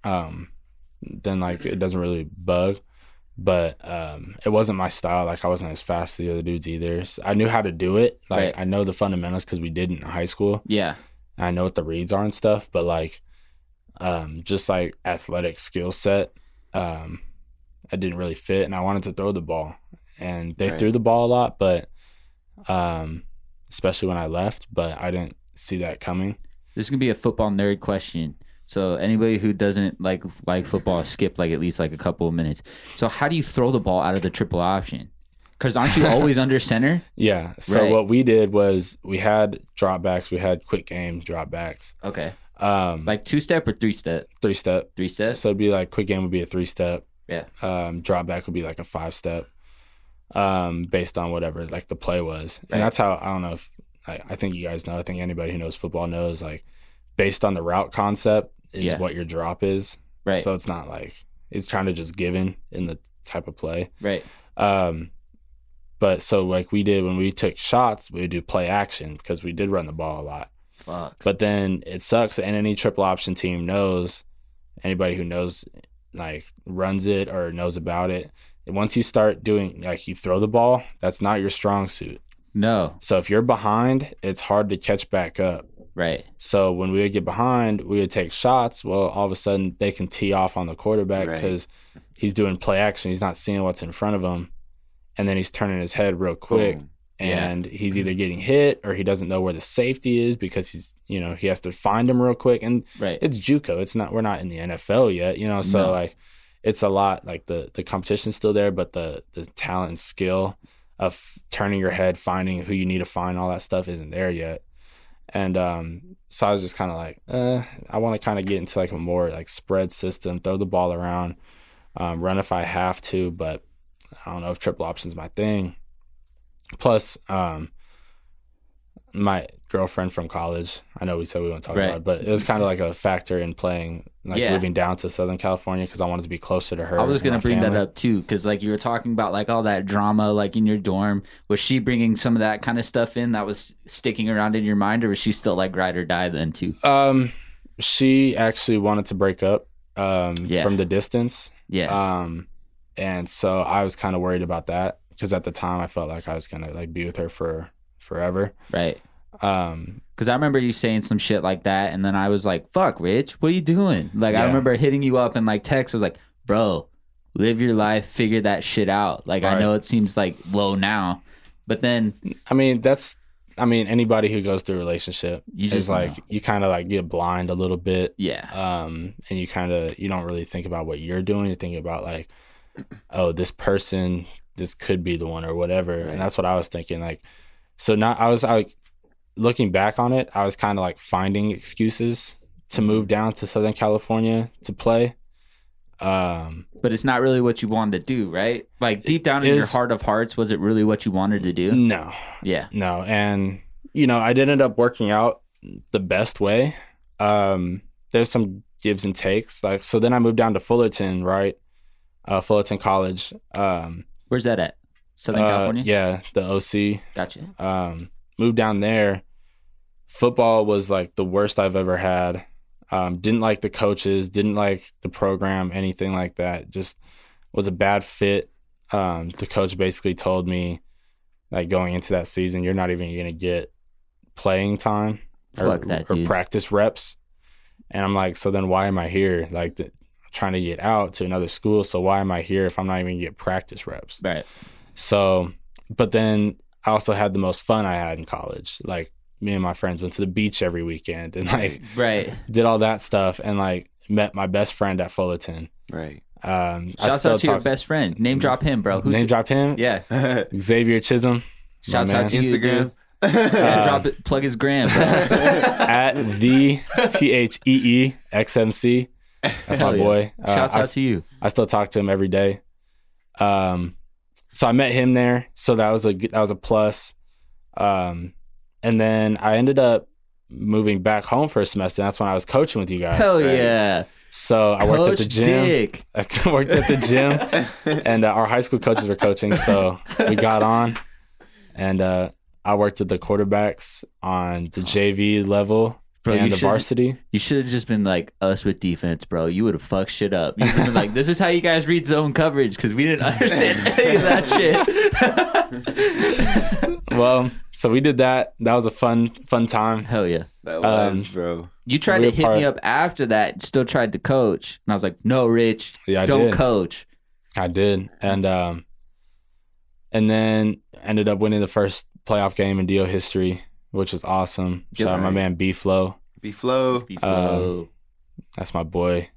[SPEAKER 3] um, then like it doesn't really bug. But um, it wasn't my style. Like I wasn't as fast as the other dudes either. So I knew how to do it. Like
[SPEAKER 2] Right.
[SPEAKER 3] I know the fundamentals because we did it in high school.
[SPEAKER 2] Yeah.
[SPEAKER 3] and I know what the reads are and stuff, but like, um, just like athletic skill set, um, I didn't really fit, and I wanted to throw the ball, and they
[SPEAKER 1] Right.
[SPEAKER 3] threw the ball a lot, but, um, especially when I left, but I didn't see that coming.
[SPEAKER 2] This is going to be a football nerd question. So anybody who doesn't like like football skip like at least like a couple of minutes. So how do you throw the ball out of the triple option? Cuz aren't you always under
[SPEAKER 3] [LAUGHS]
[SPEAKER 2] center?
[SPEAKER 3] Yeah. So
[SPEAKER 2] Right.
[SPEAKER 3] what we did was we had dropbacks, we had quick game dropbacks,
[SPEAKER 2] Okay.
[SPEAKER 3] um, like
[SPEAKER 2] Like two step or three step?
[SPEAKER 3] three step.
[SPEAKER 2] Three step?
[SPEAKER 3] So it'd be like quick game would be a three step.
[SPEAKER 2] Yeah.
[SPEAKER 3] Um, dropback would be like a five step, um, based on whatever like the play was,
[SPEAKER 2] Right.
[SPEAKER 3] and that's how I don't know if I, I think you guys know. I think anybody who knows football knows like based on the route concept is
[SPEAKER 2] Yeah.
[SPEAKER 3] what your drop is.
[SPEAKER 2] Right.
[SPEAKER 3] So it's not like it's kind of just given in the type of play.
[SPEAKER 2] right.
[SPEAKER 3] Um, but so like we did when we took shots, we would do play action because we did run the ball a lot.
[SPEAKER 2] Fuck.
[SPEAKER 3] But then it sucks, and any triple option team knows anybody who knows, like runs it or knows about it. And once you start doing like you throw the ball, that's not your strong suit.
[SPEAKER 2] No.
[SPEAKER 3] So if you're behind, it's hard to catch back up.
[SPEAKER 2] Right.
[SPEAKER 3] So when we would get behind, we would take shots. Well, all of a sudden they can tee off on the quarterback
[SPEAKER 1] Right.
[SPEAKER 3] because he's doing play action. He's not seeing what's in front of him, and then he's turning his head real quick
[SPEAKER 1] Boom.
[SPEAKER 2] Yeah.
[SPEAKER 3] and he's either getting hit or he doesn't know where the safety is because he's you know he has to find him real quick and
[SPEAKER 2] Right.
[SPEAKER 3] it's juco it's not we're not in the nfl yet you know so
[SPEAKER 2] No.
[SPEAKER 3] like it's a lot like the the competition's still there but the the talent and skill of turning your head finding who you need to find all that stuff isn't there yet and um so i was just kind of like uh i want to kind of get into like a more like spread system throw the ball around um, run if i have to but i don't know if triple option's my thing plus um my girlfriend from college i know we said we won't talk
[SPEAKER 2] Right.
[SPEAKER 3] about it but it was kind of like a factor in playing like
[SPEAKER 2] Yeah.
[SPEAKER 3] moving down to southern california because i wanted to be closer to her
[SPEAKER 2] I was
[SPEAKER 3] and my
[SPEAKER 2] gonna bring that
[SPEAKER 3] family.
[SPEAKER 2] up too, because like you were talking about like all that drama like in your dorm. Was she bringing some of that kind of stuff in that was sticking around in your mind, or was she still like ride or die then too?
[SPEAKER 3] um she actually wanted to break up um
[SPEAKER 2] Yeah.
[SPEAKER 3] from the distance
[SPEAKER 2] Yeah.
[SPEAKER 3] um and so i was kind of worried about that because at the time i felt like i was gonna like be with her for forever
[SPEAKER 2] right.
[SPEAKER 3] um
[SPEAKER 2] Because I remember you saying some shit like that, and then I was like, "Fuck, Rich, what are you doing?" Like I
[SPEAKER 3] Yeah.
[SPEAKER 2] remember hitting you up and like text. I was like, "Bro, live your life, figure that shit out." Like I
[SPEAKER 3] Right.
[SPEAKER 2] know it seems like low now, but then
[SPEAKER 3] i mean that's i mean anybody who goes through a relationship
[SPEAKER 2] You
[SPEAKER 3] is
[SPEAKER 2] just
[SPEAKER 3] like
[SPEAKER 2] know.
[SPEAKER 3] you kind of like get blind a little bit
[SPEAKER 2] yeah,
[SPEAKER 3] um, and you kind of you don't really think about what you're doing. You think about like, oh, this person, this could be the one or whatever.
[SPEAKER 1] Right.
[SPEAKER 3] And that's what I was thinking. Like, so now I was like looking back on it, I was kind of like finding excuses to move
[SPEAKER 2] Mm-hmm.
[SPEAKER 3] down to Southern California to play. Um,
[SPEAKER 2] but it's not really what you wanted to do, right? Like deep down in your
[SPEAKER 3] is-
[SPEAKER 2] heart of hearts, was it really what you wanted to do?
[SPEAKER 3] no,
[SPEAKER 2] Yeah.
[SPEAKER 3] no, and you know I did end up working out the best way. Um, there's some gives and takes. Like, so then I moved down to Fullerton, right? Uh, Fullerton College. Um,
[SPEAKER 2] Where's that at? Southern
[SPEAKER 3] Uh,
[SPEAKER 2] California?
[SPEAKER 3] Yeah, the
[SPEAKER 2] Gotcha.
[SPEAKER 3] OC. Um, moved down there. Football was like the worst I've ever had. Um, didn't like the coaches, didn't like the program, anything like that. Just was a bad fit. Um, the coach basically told me, like going into that season, you're not even gonna get playing time or,
[SPEAKER 2] Fuck that,
[SPEAKER 3] or
[SPEAKER 2] dude.
[SPEAKER 3] practice reps. And I'm like, so then why am I here? Like th- trying to get out to another school. So why am I here if I'm not even gonna get practice reps?
[SPEAKER 2] right.
[SPEAKER 3] So, but then I also had the most fun I had in college. Like me and my friends went to the beach every weekend and like
[SPEAKER 2] Right.
[SPEAKER 3] did all that stuff and like met my best friend at Fullerton.
[SPEAKER 1] Right. [LAUGHS]
[SPEAKER 3] Um, I
[SPEAKER 2] Shouts
[SPEAKER 3] still
[SPEAKER 2] out to your
[SPEAKER 3] talk-
[SPEAKER 2] best friend. Name drop him, bro. Who's
[SPEAKER 3] name drop him.
[SPEAKER 2] Yeah.
[SPEAKER 3] Xavier Chisholm.
[SPEAKER 2] Shouts
[SPEAKER 3] man.
[SPEAKER 2] out to you,
[SPEAKER 1] Instagram
[SPEAKER 2] dude. Yeah,
[SPEAKER 3] Um,
[SPEAKER 2] drop it. Plug his gram.
[SPEAKER 3] [LAUGHS]
[SPEAKER 2] Bro.
[SPEAKER 1] [LAUGHS]
[SPEAKER 2] [LAUGHS]
[SPEAKER 3] at the T H E E X M C. That's
[SPEAKER 2] Hell
[SPEAKER 3] my
[SPEAKER 2] yeah.
[SPEAKER 3] boy. Uh,
[SPEAKER 2] Shouts
[SPEAKER 3] I,
[SPEAKER 2] out to you.
[SPEAKER 3] I still talk to him every day. Um, so I met him there. So that was a good- that was a plus. Um, and then I ended up moving back home for a semester. And that's when I was coaching with you guys.
[SPEAKER 2] Hell yeah.
[SPEAKER 3] So I worked at the
[SPEAKER 2] Coach
[SPEAKER 3] gym.
[SPEAKER 2] Dick.
[SPEAKER 3] [LAUGHS] I worked at the gym, and uh, our high school coaches were coaching, so we got on, and uh, I worked at the quarterbacks on the JV level
[SPEAKER 2] Bro, you
[SPEAKER 3] and the
[SPEAKER 2] should-
[SPEAKER 3] varsity.
[SPEAKER 2] You should have just been like us with defense, bro. You would have fucked shit up. You would have been like, this is how you guys read zone coverage because we didn't understand
[SPEAKER 3] [LAUGHS]
[SPEAKER 2] any of that shit. [LAUGHS]
[SPEAKER 3] Well, so we did that. That was a fun, fun time.
[SPEAKER 2] Hell yeah.
[SPEAKER 1] That was,
[SPEAKER 3] um,
[SPEAKER 1] bro.
[SPEAKER 2] You tried
[SPEAKER 3] We're
[SPEAKER 2] to hit
[SPEAKER 3] part-
[SPEAKER 2] me up after that, and still tried to coach. And I was like, no, Rich,
[SPEAKER 3] Yeah, I
[SPEAKER 2] don't
[SPEAKER 3] did.
[SPEAKER 2] coach.
[SPEAKER 3] I did,
[SPEAKER 2] Mm-hmm.
[SPEAKER 3] and um, and then ended up winning the first playoff game in DO history, which was awesome.
[SPEAKER 2] Yep.
[SPEAKER 3] Shout out my man B Flow.
[SPEAKER 1] Be flow.
[SPEAKER 2] B
[SPEAKER 3] Um,
[SPEAKER 2] Flow.
[SPEAKER 3] That's my boy.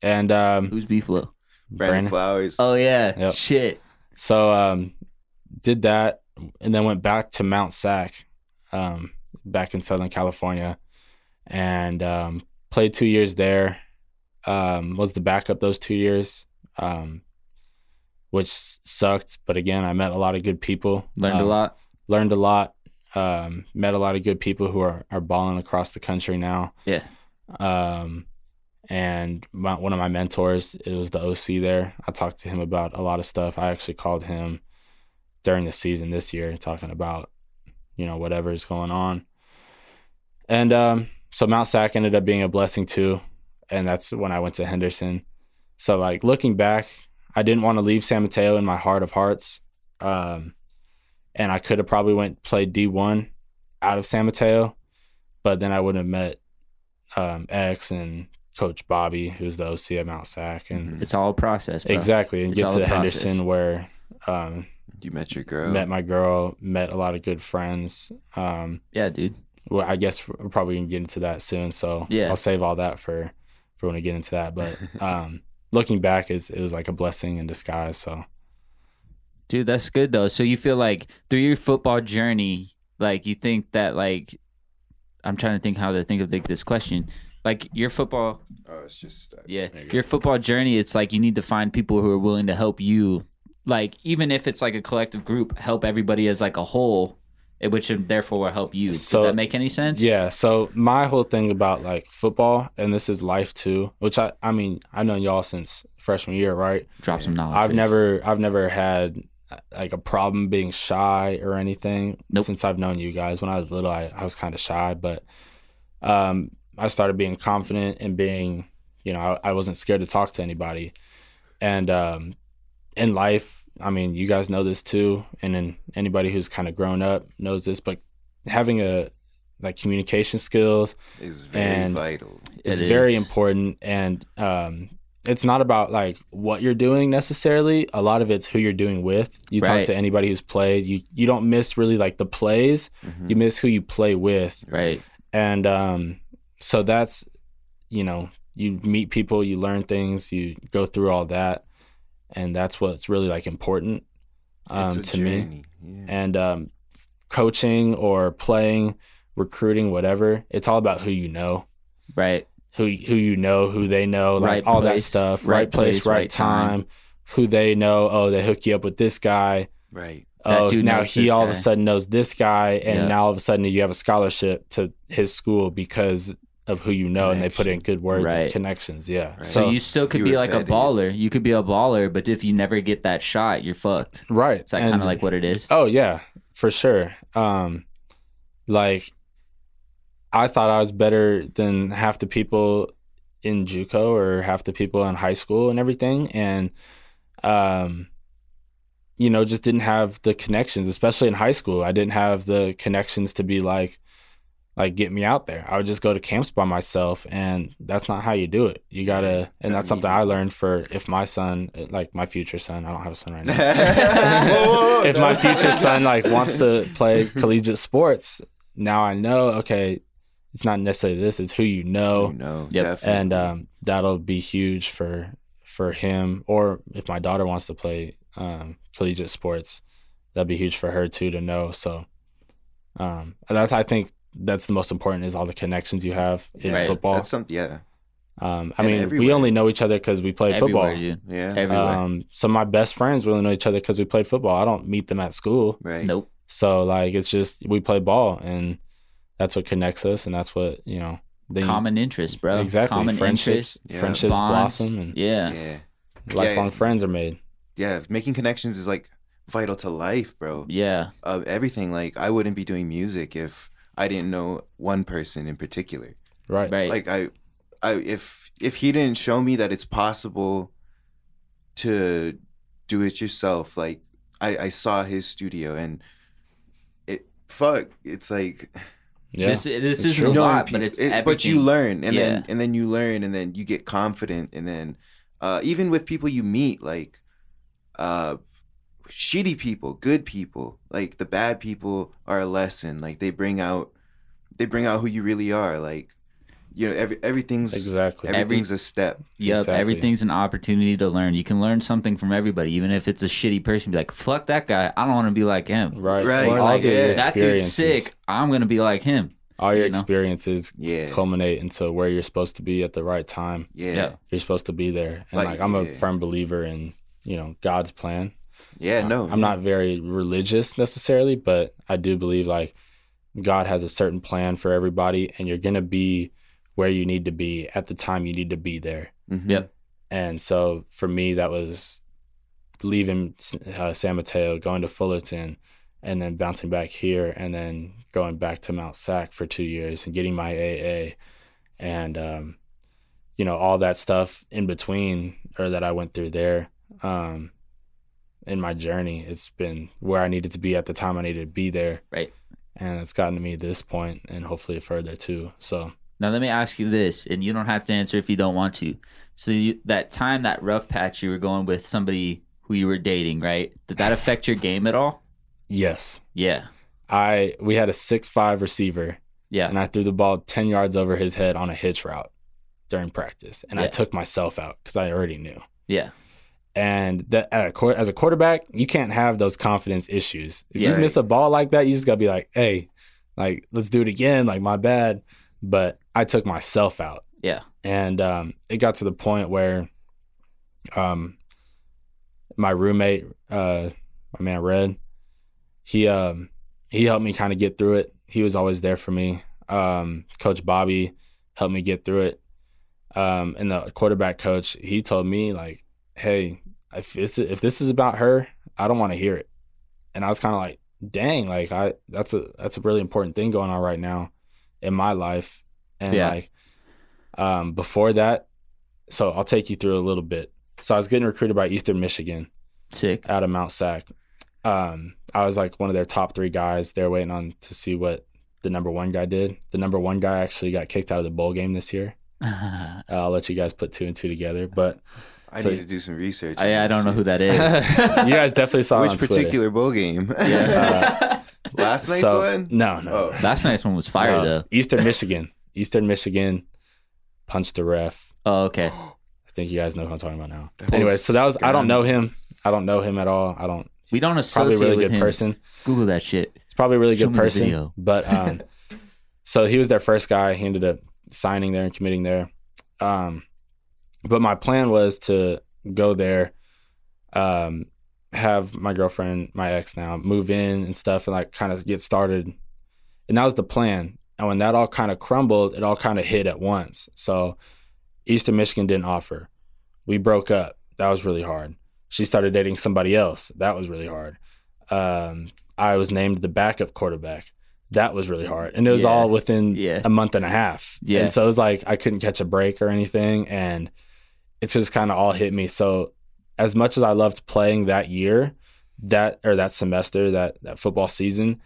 [SPEAKER 3] And um,
[SPEAKER 2] Who's B Flow?
[SPEAKER 1] Brandon Flowers.
[SPEAKER 2] Oh, yeah.
[SPEAKER 3] Yep.
[SPEAKER 2] Shit.
[SPEAKER 3] So um, did that, and then went back to Mount Sac, um, back in Southern California, and um, played two years there. Um, was the backup those two years, um, which s- sucked. But again, I met a lot of good people.
[SPEAKER 2] Learned
[SPEAKER 3] Um,
[SPEAKER 2] a lot.
[SPEAKER 3] Learned a lot. Um, met a lot of good people who are are balling across the country now.
[SPEAKER 2] Yeah.
[SPEAKER 3] Um, and my, one of my mentors, it was the OC there. I talked to him about a lot of stuff. I actually called him during the season this year, talking about you know whatever is going on. And um, so Mount Sac ended up being a blessing too, and that's when I went to Henderson. So like looking back, I didn't want to leave San Mateo in my heart of hearts, um, and I could have probably went played D one out of San Mateo, but then I wouldn't have met um, X and Coach Bobby, who's the OC at Mount Sac, and
[SPEAKER 1] Mhm.
[SPEAKER 2] It's all a process, bro.
[SPEAKER 3] exactly, and
[SPEAKER 2] Mm-hmm. It's
[SPEAKER 3] get
[SPEAKER 2] all
[SPEAKER 3] to
[SPEAKER 2] a process.
[SPEAKER 3] Henderson where um,
[SPEAKER 1] You met your girl.
[SPEAKER 3] met my girl, met a lot of good friends. Um,
[SPEAKER 2] Yeah, dude.
[SPEAKER 3] well, I guess we're probably gonna get into that soon, so
[SPEAKER 2] Yeah.
[SPEAKER 3] I'll save all that for for when we get into that. But um, looking back, it's, it was like a blessing in disguise. So
[SPEAKER 2] Dude, that's good though. So you feel like through your football journey, like you think that like I'm trying to think how to think of like this question. Like your football,
[SPEAKER 1] oh, it's just stuck.
[SPEAKER 2] yeah,
[SPEAKER 3] There you go.
[SPEAKER 2] your football journey, it's like you need to find people who are willing to help you. Like even if it's like a collective group, help everybody as like a whole, eh, which therefore will help you.
[SPEAKER 3] So-
[SPEAKER 2] Does that make any sense?
[SPEAKER 3] yeah, so my whole thing about like football, and this is life too, which I I mean I know y'all since freshman year, right?
[SPEAKER 2] Drop some knowledge.
[SPEAKER 3] I've never I've never had uh, like a problem being shy or anything
[SPEAKER 2] Nope.
[SPEAKER 3] since I've known you guys. When I was little, I, I was kind of shy, but um, I started being confident and being, you know, I, I wasn't scared to talk to anybody. And um, in life, I mean, you guys know this too, and then anybody who's kind of grown up knows this, but having a like communication skills
[SPEAKER 1] It's very
[SPEAKER 3] And-
[SPEAKER 1] vital.
[SPEAKER 2] It
[SPEAKER 3] it's very
[SPEAKER 2] is.
[SPEAKER 3] important and um it's not about like what you're doing necessarily a lot of it's who you're doing with you
[SPEAKER 2] Right.
[SPEAKER 3] talk to anybody who's played you you don't miss really like the plays
[SPEAKER 1] Mhm.
[SPEAKER 3] you miss who you play with
[SPEAKER 2] Right.
[SPEAKER 3] and um so that's you know you meet people you learn things you go through all that and that's what's really like important um
[SPEAKER 1] it's a
[SPEAKER 3] to me
[SPEAKER 1] journey. Yeah.
[SPEAKER 3] and um, coaching or playing, recruiting, whatever. It's all about who you know,
[SPEAKER 2] Right.
[SPEAKER 3] who who you know, who they know, like
[SPEAKER 2] Right
[SPEAKER 3] all that
[SPEAKER 2] place,
[SPEAKER 3] stuff.
[SPEAKER 2] right
[SPEAKER 3] Right, place,
[SPEAKER 2] place,
[SPEAKER 3] right,
[SPEAKER 2] right
[SPEAKER 3] time. Who they know? Oh, they hook you up with this guy.
[SPEAKER 1] Right.
[SPEAKER 2] That
[SPEAKER 3] oh,
[SPEAKER 2] dude
[SPEAKER 3] now
[SPEAKER 2] knows
[SPEAKER 3] he
[SPEAKER 2] this
[SPEAKER 3] all
[SPEAKER 2] guy.
[SPEAKER 3] of a sudden knows this guy, and
[SPEAKER 2] Yeah.
[SPEAKER 3] now all of a sudden you have a scholarship to his school because of who you know, and they put in good words
[SPEAKER 2] Right.
[SPEAKER 3] and connections. Yeah.
[SPEAKER 1] Right.
[SPEAKER 2] So,
[SPEAKER 3] So,
[SPEAKER 2] you still could
[SPEAKER 1] you
[SPEAKER 2] be
[SPEAKER 1] were
[SPEAKER 2] like a
[SPEAKER 1] vetted.
[SPEAKER 2] baller. You could be a baller, but if you never get that shot, you're fucked.
[SPEAKER 3] right.
[SPEAKER 2] Is that
[SPEAKER 3] And-
[SPEAKER 2] kind of like what it is?
[SPEAKER 3] Oh yeah, for sure. Um, like I thought I was better than half the people in JUCO or half the people in high school and everything, and um, you know, just didn't have the connections, especially in high school. I didn't have the connections to be like, like get me out there. I would just go to camps by myself, and that's not how you do it. You gotta, and that's something I learned for if my son, like my future son, I don't have a son right now
[SPEAKER 1] [LAUGHS]
[SPEAKER 3] if my future son like wants to play collegiate sports, now I know. Okay, it's not necessarily this; it's who you
[SPEAKER 1] no,
[SPEAKER 3] know,
[SPEAKER 1] no,
[SPEAKER 2] Yep.
[SPEAKER 1] definitely.
[SPEAKER 3] and um, that'll be huge for for him. Or if my daughter wants to play um, collegiate sports, that'd be huge for her too to know. So Um, and that's I think that's the most important is all the connections you have in
[SPEAKER 2] Right.
[SPEAKER 3] football.
[SPEAKER 1] That's something. Yeah,
[SPEAKER 3] um, I
[SPEAKER 1] and
[SPEAKER 3] mean, we
[SPEAKER 1] everywhere.
[SPEAKER 3] only know each other because we played
[SPEAKER 2] everywhere,
[SPEAKER 3] football.
[SPEAKER 2] dude.
[SPEAKER 1] yeah,
[SPEAKER 2] Everywhere.
[SPEAKER 3] Um, some of my best friends we only know each other because we played football. I don't meet them at school,
[SPEAKER 1] right.
[SPEAKER 2] nope.
[SPEAKER 3] so like it's just we play ball, and that's what connects us, and that's what you know. Then you-
[SPEAKER 2] Common interest, bro.
[SPEAKER 3] exactly
[SPEAKER 2] Common
[SPEAKER 3] friendships,
[SPEAKER 2] interest.
[SPEAKER 1] Yeah.
[SPEAKER 3] friendships
[SPEAKER 2] bonds.
[SPEAKER 3] blossom, and
[SPEAKER 2] Yeah.
[SPEAKER 1] Yeah,
[SPEAKER 3] lifelong
[SPEAKER 1] Yeah.
[SPEAKER 3] friends are made.
[SPEAKER 1] yeah. Making connections is like vital to life, bro.
[SPEAKER 2] Yeah.
[SPEAKER 1] Uh, everything. Like I wouldn't be doing music if I didn't know one person in particular.
[SPEAKER 3] Right.
[SPEAKER 2] Right.
[SPEAKER 1] like I, I if if he didn't show me that it's possible to do it yourself, like I I saw his studio and it fuck it's like
[SPEAKER 3] Yeah.
[SPEAKER 2] This this
[SPEAKER 3] It's
[SPEAKER 2] isn't
[SPEAKER 3] true.
[SPEAKER 2] a lot,
[SPEAKER 1] pe-
[SPEAKER 2] but it's
[SPEAKER 1] it-
[SPEAKER 2] everything.
[SPEAKER 1] but you learn and
[SPEAKER 2] Yeah.
[SPEAKER 1] then and then you learn and then you get confident and then uh, even with people you meet like uh, shitty people, good people, like the bad people are a lesson. Like they bring out they bring out who you really are. Like you know every everything's
[SPEAKER 3] exactly.
[SPEAKER 2] Every-
[SPEAKER 1] everything's a step.
[SPEAKER 2] Yep,
[SPEAKER 3] Exactly.
[SPEAKER 2] everything's an opportunity to learn. You can learn something from everybody, even if it's a shitty person. Be like, fuck that guy. I don't want to be like him.
[SPEAKER 3] right.
[SPEAKER 1] Right,
[SPEAKER 3] All
[SPEAKER 2] like,
[SPEAKER 3] your
[SPEAKER 1] yeah.
[SPEAKER 2] That dude's
[SPEAKER 3] experiences-
[SPEAKER 2] sick. I'm gonna be like him.
[SPEAKER 3] All your
[SPEAKER 2] you know?
[SPEAKER 3] experiences
[SPEAKER 1] Yeah,
[SPEAKER 3] culminate into where you're supposed to be at the right time.
[SPEAKER 1] yeah,
[SPEAKER 2] Yeah.
[SPEAKER 1] yeah.
[SPEAKER 3] You're supposed to be there. And like,
[SPEAKER 1] Like,
[SPEAKER 3] I'm a
[SPEAKER 1] yeah.
[SPEAKER 3] firm believer in, you know, God's plan.
[SPEAKER 1] no,
[SPEAKER 3] I'm not very religious necessarily, but I do believe like God has a certain plan for everybody and you're going to be where you need to be at the time you need to be there.
[SPEAKER 1] Mhm.
[SPEAKER 2] Yep.
[SPEAKER 3] And so for me, that was leaving uh, San Mateo, going to Fullerton, and then bouncing back here, and then going back to Mount Sac for two years and getting my AA, and um, you know all that stuff in between, or that I went through there. Um, in my journey, it's been where I needed to be at the time I needed to be there.
[SPEAKER 2] Right.
[SPEAKER 3] And it's gotten to me this point, and hopefully further too. So
[SPEAKER 2] Now let me ask you this, and you don't have to answer if you don't want to. So you, that time, that rough patch, you were going with somebody who you were dating, right? Did that affect your game at all?
[SPEAKER 3] yes,
[SPEAKER 2] Yeah,
[SPEAKER 3] I we had a six five receiver
[SPEAKER 2] yeah,
[SPEAKER 3] and I threw the ball 10 yards over his head on a hitch route during practice. And I
[SPEAKER 2] Yeah.
[SPEAKER 3] took myself out because I already knew.
[SPEAKER 2] yeah,
[SPEAKER 3] And that at a, quar- as a quarterback, you can't have those confidence issues. If you
[SPEAKER 2] Yeah.
[SPEAKER 3] miss a ball like that, you just got to be like, hey, like, let's do it again. Like, my bad. But I took myself out.
[SPEAKER 2] Yeah.
[SPEAKER 3] And um, it got to the point where um, my roommate, uh, my man Red, he um, he helped me kind of get through it. He was always there for me. Um, coach Bobby helped me get through it. Um, and the quarterback coach, he told me like, "Hey, if it's, if this is about her, I don't want to hear it." And I was kind of like, "Dang, like I that's a that's a really important thing going on right now in my life." And
[SPEAKER 2] Yeah.
[SPEAKER 3] like um, before that, so I'll take you through a little bit. So I was getting recruited by Eastern Michigan
[SPEAKER 2] sick.
[SPEAKER 3] out of Mount Sac. Um, I was like one of their top three guys. They're waiting on to see what the number one guy did. The number one guy actually got kicked out of the bowl game this year.
[SPEAKER 2] [LAUGHS] I,
[SPEAKER 3] Uh, I'll let you guys put two and two together, but
[SPEAKER 1] I
[SPEAKER 3] So-
[SPEAKER 1] need to do some research. on
[SPEAKER 2] I
[SPEAKER 1] this
[SPEAKER 2] don't know
[SPEAKER 1] shit.
[SPEAKER 2] who that
[SPEAKER 3] you
[SPEAKER 2] is.
[SPEAKER 3] [LAUGHS] guys definitely saw it
[SPEAKER 1] Which
[SPEAKER 3] on Twitter.
[SPEAKER 1] particular bowl game?
[SPEAKER 3] Yeah.
[SPEAKER 1] [LAUGHS] Last night's
[SPEAKER 3] So-
[SPEAKER 1] one.
[SPEAKER 3] No, no.
[SPEAKER 1] Oh,
[SPEAKER 2] Uh, Last night's one was fire
[SPEAKER 3] Uh,
[SPEAKER 2] though.
[SPEAKER 3] Eastern Michigan. Eastern Michigan punched the ref.
[SPEAKER 2] Oh, okay.
[SPEAKER 3] I think you guys know who I'm talking about now.
[SPEAKER 1] That's
[SPEAKER 3] anyway, so that was I don't know him.
[SPEAKER 1] scandalous.
[SPEAKER 3] I don't know him at all. I don't.
[SPEAKER 2] We don't
[SPEAKER 3] Probably
[SPEAKER 2] associate
[SPEAKER 3] a really
[SPEAKER 2] with
[SPEAKER 3] good
[SPEAKER 2] him.
[SPEAKER 3] person.
[SPEAKER 2] Google that shit.
[SPEAKER 3] He's probably a really
[SPEAKER 2] Show
[SPEAKER 3] good
[SPEAKER 2] me the
[SPEAKER 3] person.
[SPEAKER 2] video. [LAUGHS]
[SPEAKER 3] But um, so he was their first guy. He ended up signing there and committing there. Um, but my plan was to go there, um, have my girlfriend, my ex now, move in and stuff and like kind of get started. And that was the plan. And when that all kind of crumbled, it all kind of hit at once. So Eastern Michigan didn't offer. We broke up. That was really hard. She started dating somebody else. That was really hard. Um, I was named the backup quarterback. That was really hard. And it was
[SPEAKER 2] Yeah.
[SPEAKER 3] all within
[SPEAKER 2] Yeah.
[SPEAKER 3] a month and a half.
[SPEAKER 2] Yeah.
[SPEAKER 3] And so it was like I couldn't catch a break or anything. And it just kind of all hit me. So as much as I loved playing that year, that or that semester, that that football season,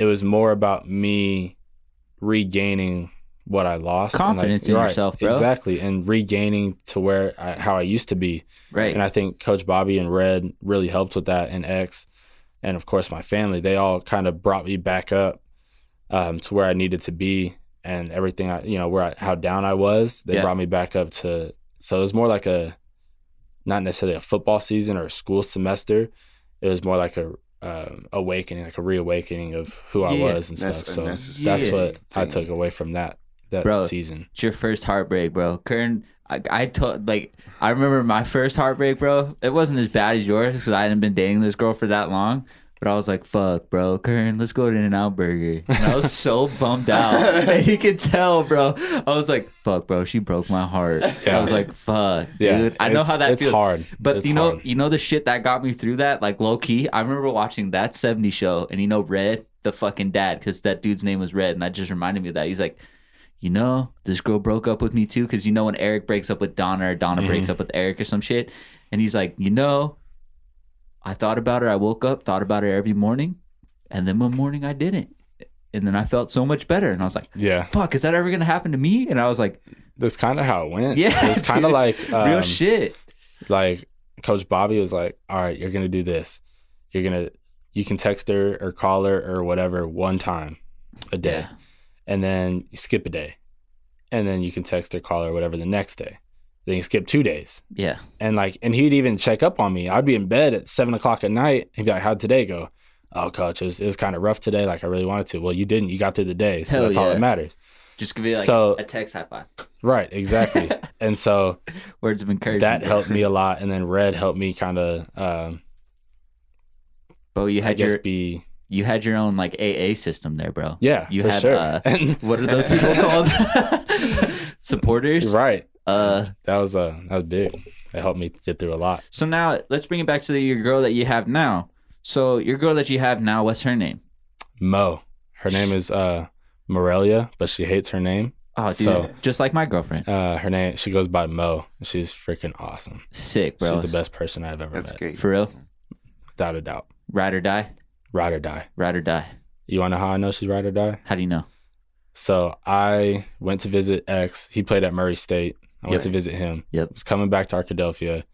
[SPEAKER 3] it was more about me regaining what I lost. and,
[SPEAKER 2] Confidence in yourself, bro.
[SPEAKER 3] Exactly. And regaining to where I, how I used to be.
[SPEAKER 2] Right.
[SPEAKER 3] And I think Coach Bobby and Red really helped with that, and X, and of course my family. They all kind of brought me back up um, to where I needed to be, and everything. I, you know, where I, how down I was, they
[SPEAKER 2] Yeah.
[SPEAKER 3] brought me back up to. So it was more like a, not necessarily a football season or a school semester. It was more like a um, awakening, like a reawakening of who I
[SPEAKER 2] Yeah.
[SPEAKER 3] was and
[SPEAKER 1] That's
[SPEAKER 3] stuff. So
[SPEAKER 1] unnecessary
[SPEAKER 3] that's what I
[SPEAKER 1] thing.
[SPEAKER 3] took away from that that
[SPEAKER 2] Bro.
[SPEAKER 3] season.
[SPEAKER 2] It's your first heartbreak, bro. Kern, I, I told like I remember my first heartbreak, bro. It wasn't as bad as yours because I hadn't been dating this girl for that long. But I was like, "Fuck, bro, Kern, let's go to In and Out Burger." And I was
[SPEAKER 3] [LAUGHS]
[SPEAKER 2] so bummed out, and you could tell, bro. I was like, "Fuck, bro, she broke my heart." I
[SPEAKER 3] Yeah.
[SPEAKER 2] was like, "Fuck, dude,
[SPEAKER 3] Yeah,
[SPEAKER 2] I know
[SPEAKER 3] it's-
[SPEAKER 2] how that
[SPEAKER 3] it's
[SPEAKER 2] feels."
[SPEAKER 3] hard.
[SPEAKER 2] But
[SPEAKER 3] It's
[SPEAKER 2] you know,
[SPEAKER 3] hard.
[SPEAKER 2] you know the shit that got me through that, like low key. I remember watching that 70 show, and you know Red, the fucking dad, because that dude's name was Red, and that just reminded me of that. He's like, you know, this girl broke up with me too, because you know when Eric breaks up with Donna or Donna
[SPEAKER 3] Mm-hmm.
[SPEAKER 2] breaks up with Eric or some shit, and he's like, you know, I thought about her. I woke up, thought about her every morning, and then one morning I didn't, and then I felt so much better, and I was like,
[SPEAKER 3] yeah,
[SPEAKER 2] fuck, is that ever gonna happen to me? And I was like,
[SPEAKER 3] that's kind of how [LAUGHS] it went.
[SPEAKER 2] Yeah, [LAUGHS]
[SPEAKER 3] it's kind of
[SPEAKER 2] dude.
[SPEAKER 3] like um,
[SPEAKER 2] real shit.
[SPEAKER 3] like Coach Bobby was like, "All right, you're gonna do this. You're gonna you can text her or call her or whatever one time a day,
[SPEAKER 2] Yeah.
[SPEAKER 3] and then you skip a day, and then you can text or call her whatever the next day. Then you skip two days,
[SPEAKER 2] Yeah,
[SPEAKER 3] and like and he'd even check up on me. I'd be in bed at seven o'clock at night. He'd be like, "How'd today go?" Oh, coach, it was, it was kind of rough today. Like I really wanted to. Well, you didn't. You got through the day, so
[SPEAKER 2] Hell
[SPEAKER 3] that's all
[SPEAKER 2] yeah.
[SPEAKER 3] that matters.
[SPEAKER 2] just give me like
[SPEAKER 3] So-
[SPEAKER 2] a text high five.
[SPEAKER 3] Right,
[SPEAKER 2] [LAUGHS]
[SPEAKER 3] exactly. and so
[SPEAKER 2] Words of encouragement.
[SPEAKER 3] that
[SPEAKER 2] bro.
[SPEAKER 3] helped me a lot. And then red helped me kind of um,
[SPEAKER 2] Bo, you
[SPEAKER 3] I
[SPEAKER 2] had
[SPEAKER 3] guess
[SPEAKER 2] your
[SPEAKER 3] be
[SPEAKER 2] you had your own like AA system there, bro.
[SPEAKER 3] Yeah,
[SPEAKER 2] You
[SPEAKER 3] for
[SPEAKER 2] had,
[SPEAKER 3] sure.
[SPEAKER 2] uh,
[SPEAKER 3] [LAUGHS] and
[SPEAKER 2] What are those
[SPEAKER 3] [LAUGHS]
[SPEAKER 2] people called? Supporters.
[SPEAKER 3] right,
[SPEAKER 2] Uh,
[SPEAKER 3] that was uh, that was big. It helped me get through a lot.
[SPEAKER 2] so now let's bring it back to the, your girl that you have now. So your girl that you have now, what's her name?
[SPEAKER 3] Mo, her name is uh, Morelia, but she hates her name.
[SPEAKER 2] Oh, dude,
[SPEAKER 3] So-
[SPEAKER 2] just like my girlfriend.
[SPEAKER 3] Uh, her name she goes by Mo. She's freaking awesome.
[SPEAKER 2] Sick, bro.
[SPEAKER 3] She's the best person I've ever
[SPEAKER 1] That's
[SPEAKER 3] met,
[SPEAKER 1] great.
[SPEAKER 2] For real,
[SPEAKER 3] without a doubt.
[SPEAKER 2] ride or die,
[SPEAKER 3] Ride or die.
[SPEAKER 2] ride or die.
[SPEAKER 3] You want to know how I know she's ride or die?
[SPEAKER 2] How do you know?
[SPEAKER 3] So I went to visit X. He played at Murray State. I went
[SPEAKER 2] Yep.
[SPEAKER 3] to visit him.
[SPEAKER 2] Yep.
[SPEAKER 3] Was coming back to Arkadelphia.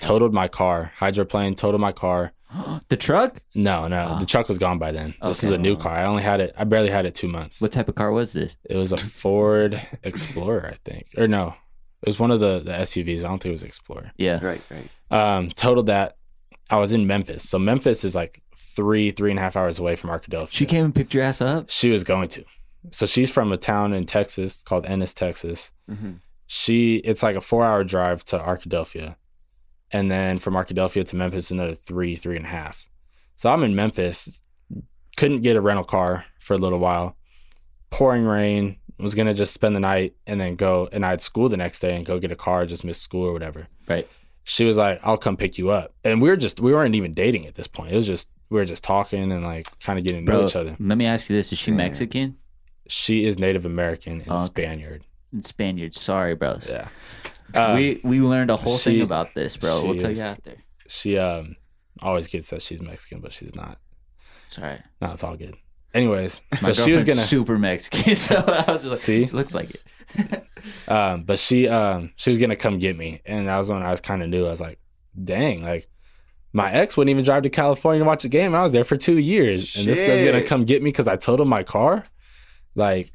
[SPEAKER 3] Totaled my car. Hydroplane. Totaled my car.
[SPEAKER 2] [GASPS] the truck.
[SPEAKER 3] No, no.
[SPEAKER 2] Oh.
[SPEAKER 3] The truck was gone by then. This
[SPEAKER 2] Okay.
[SPEAKER 3] is a new car. I only had it. I barely had it two months.
[SPEAKER 2] What type of car was this?
[SPEAKER 3] It was a Ford Explorer, I think, or no, it was one of the the SUVs. I don't think it was Explorer.
[SPEAKER 2] Yeah.
[SPEAKER 1] Right, right.
[SPEAKER 3] Um, totaled that. I was in Memphis, so Memphis is like three three and a half hours away from Arkadelphia.
[SPEAKER 2] She came and picked your ass up.
[SPEAKER 3] She was going to. So she's from a town in Texas called Ennis, Texas.
[SPEAKER 1] Mm-hmm.
[SPEAKER 3] She it's like a four hour drive to Arkadelphia, and then from Arkadelphia to Memphis another three three and a half. So I'm in Memphis, couldn't get a rental car for a little while. Pouring rain, was gonna just spend the night and then go. And I had school the next day and go get a car. Just missed school or whatever.
[SPEAKER 2] Right.
[SPEAKER 3] She was like, "I'll come pick you up," and we were just we weren't even dating at this point. It was just we were just talking and like kind of getting to know
[SPEAKER 2] Bro,
[SPEAKER 3] each other.
[SPEAKER 2] Let me ask you this: Is she
[SPEAKER 1] Damn.
[SPEAKER 2] Mexican
[SPEAKER 3] She is Native American and
[SPEAKER 2] Oh, Okay.
[SPEAKER 3] Spaniard.
[SPEAKER 2] and Spaniard? Sorry, bros.
[SPEAKER 3] Yeah. Um,
[SPEAKER 2] we we learned a whole thing
[SPEAKER 3] she-
[SPEAKER 2] about this, bro. We'll
[SPEAKER 3] she
[SPEAKER 2] tell
[SPEAKER 3] is-
[SPEAKER 2] you after.
[SPEAKER 3] she um always gets that she's Mexican, but she's not.
[SPEAKER 2] It's all right.
[SPEAKER 3] No, it's all good.
[SPEAKER 1] [LAUGHS]
[SPEAKER 3] Anyways,
[SPEAKER 2] My
[SPEAKER 3] so she was
[SPEAKER 2] girlfriend's
[SPEAKER 3] gonna
[SPEAKER 2] super Mexican, [LAUGHS] so I was just like,
[SPEAKER 3] See?
[SPEAKER 2] She looks like it.
[SPEAKER 3] [LAUGHS] um but she um she was gonna come get me. And that was when I was kinda new. I was like, dang, like my ex wouldn't even drive to California to watch a game. I was there for two years. And this girl's gonna
[SPEAKER 1] Shit.
[SPEAKER 3] come get me because I totaled my car. Like,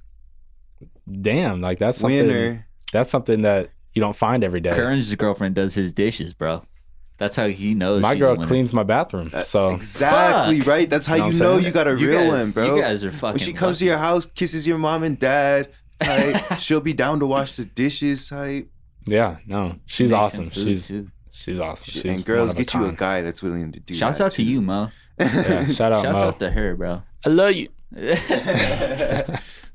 [SPEAKER 3] damn, like that's something
[SPEAKER 1] Winner.
[SPEAKER 3] that's something that you don't find every day.
[SPEAKER 2] Kern's girlfriend does his dishes, bro. That's how he knows.
[SPEAKER 3] my
[SPEAKER 2] she's a
[SPEAKER 3] girl
[SPEAKER 2] winner.
[SPEAKER 3] cleans my bathroom.
[SPEAKER 1] Uh,
[SPEAKER 3] So
[SPEAKER 1] Exactly
[SPEAKER 2] Fuck.
[SPEAKER 1] right. That's how
[SPEAKER 3] Oh,
[SPEAKER 1] you
[SPEAKER 3] Know what I'm
[SPEAKER 1] know
[SPEAKER 3] saying?
[SPEAKER 1] you got a
[SPEAKER 2] You
[SPEAKER 1] real
[SPEAKER 2] guys-
[SPEAKER 1] one, bro.
[SPEAKER 2] You guys are fucking.
[SPEAKER 1] when she comes to your house, kisses your mom and dad, type. [LAUGHS] she'll be down to wash the dishes, type.
[SPEAKER 3] yeah, no. She's awesome. She's
[SPEAKER 2] Too.
[SPEAKER 3] she's awesome. She's
[SPEAKER 1] and girls,
[SPEAKER 3] one of
[SPEAKER 1] get you a
[SPEAKER 3] kind.
[SPEAKER 1] guy that's willing to do.
[SPEAKER 2] Shouts
[SPEAKER 1] that,
[SPEAKER 2] out to
[SPEAKER 1] too.
[SPEAKER 2] you, Mo.
[SPEAKER 3] Yeah, shout out
[SPEAKER 2] Shouts
[SPEAKER 3] Mo.
[SPEAKER 2] out to her, bro.
[SPEAKER 3] I love you.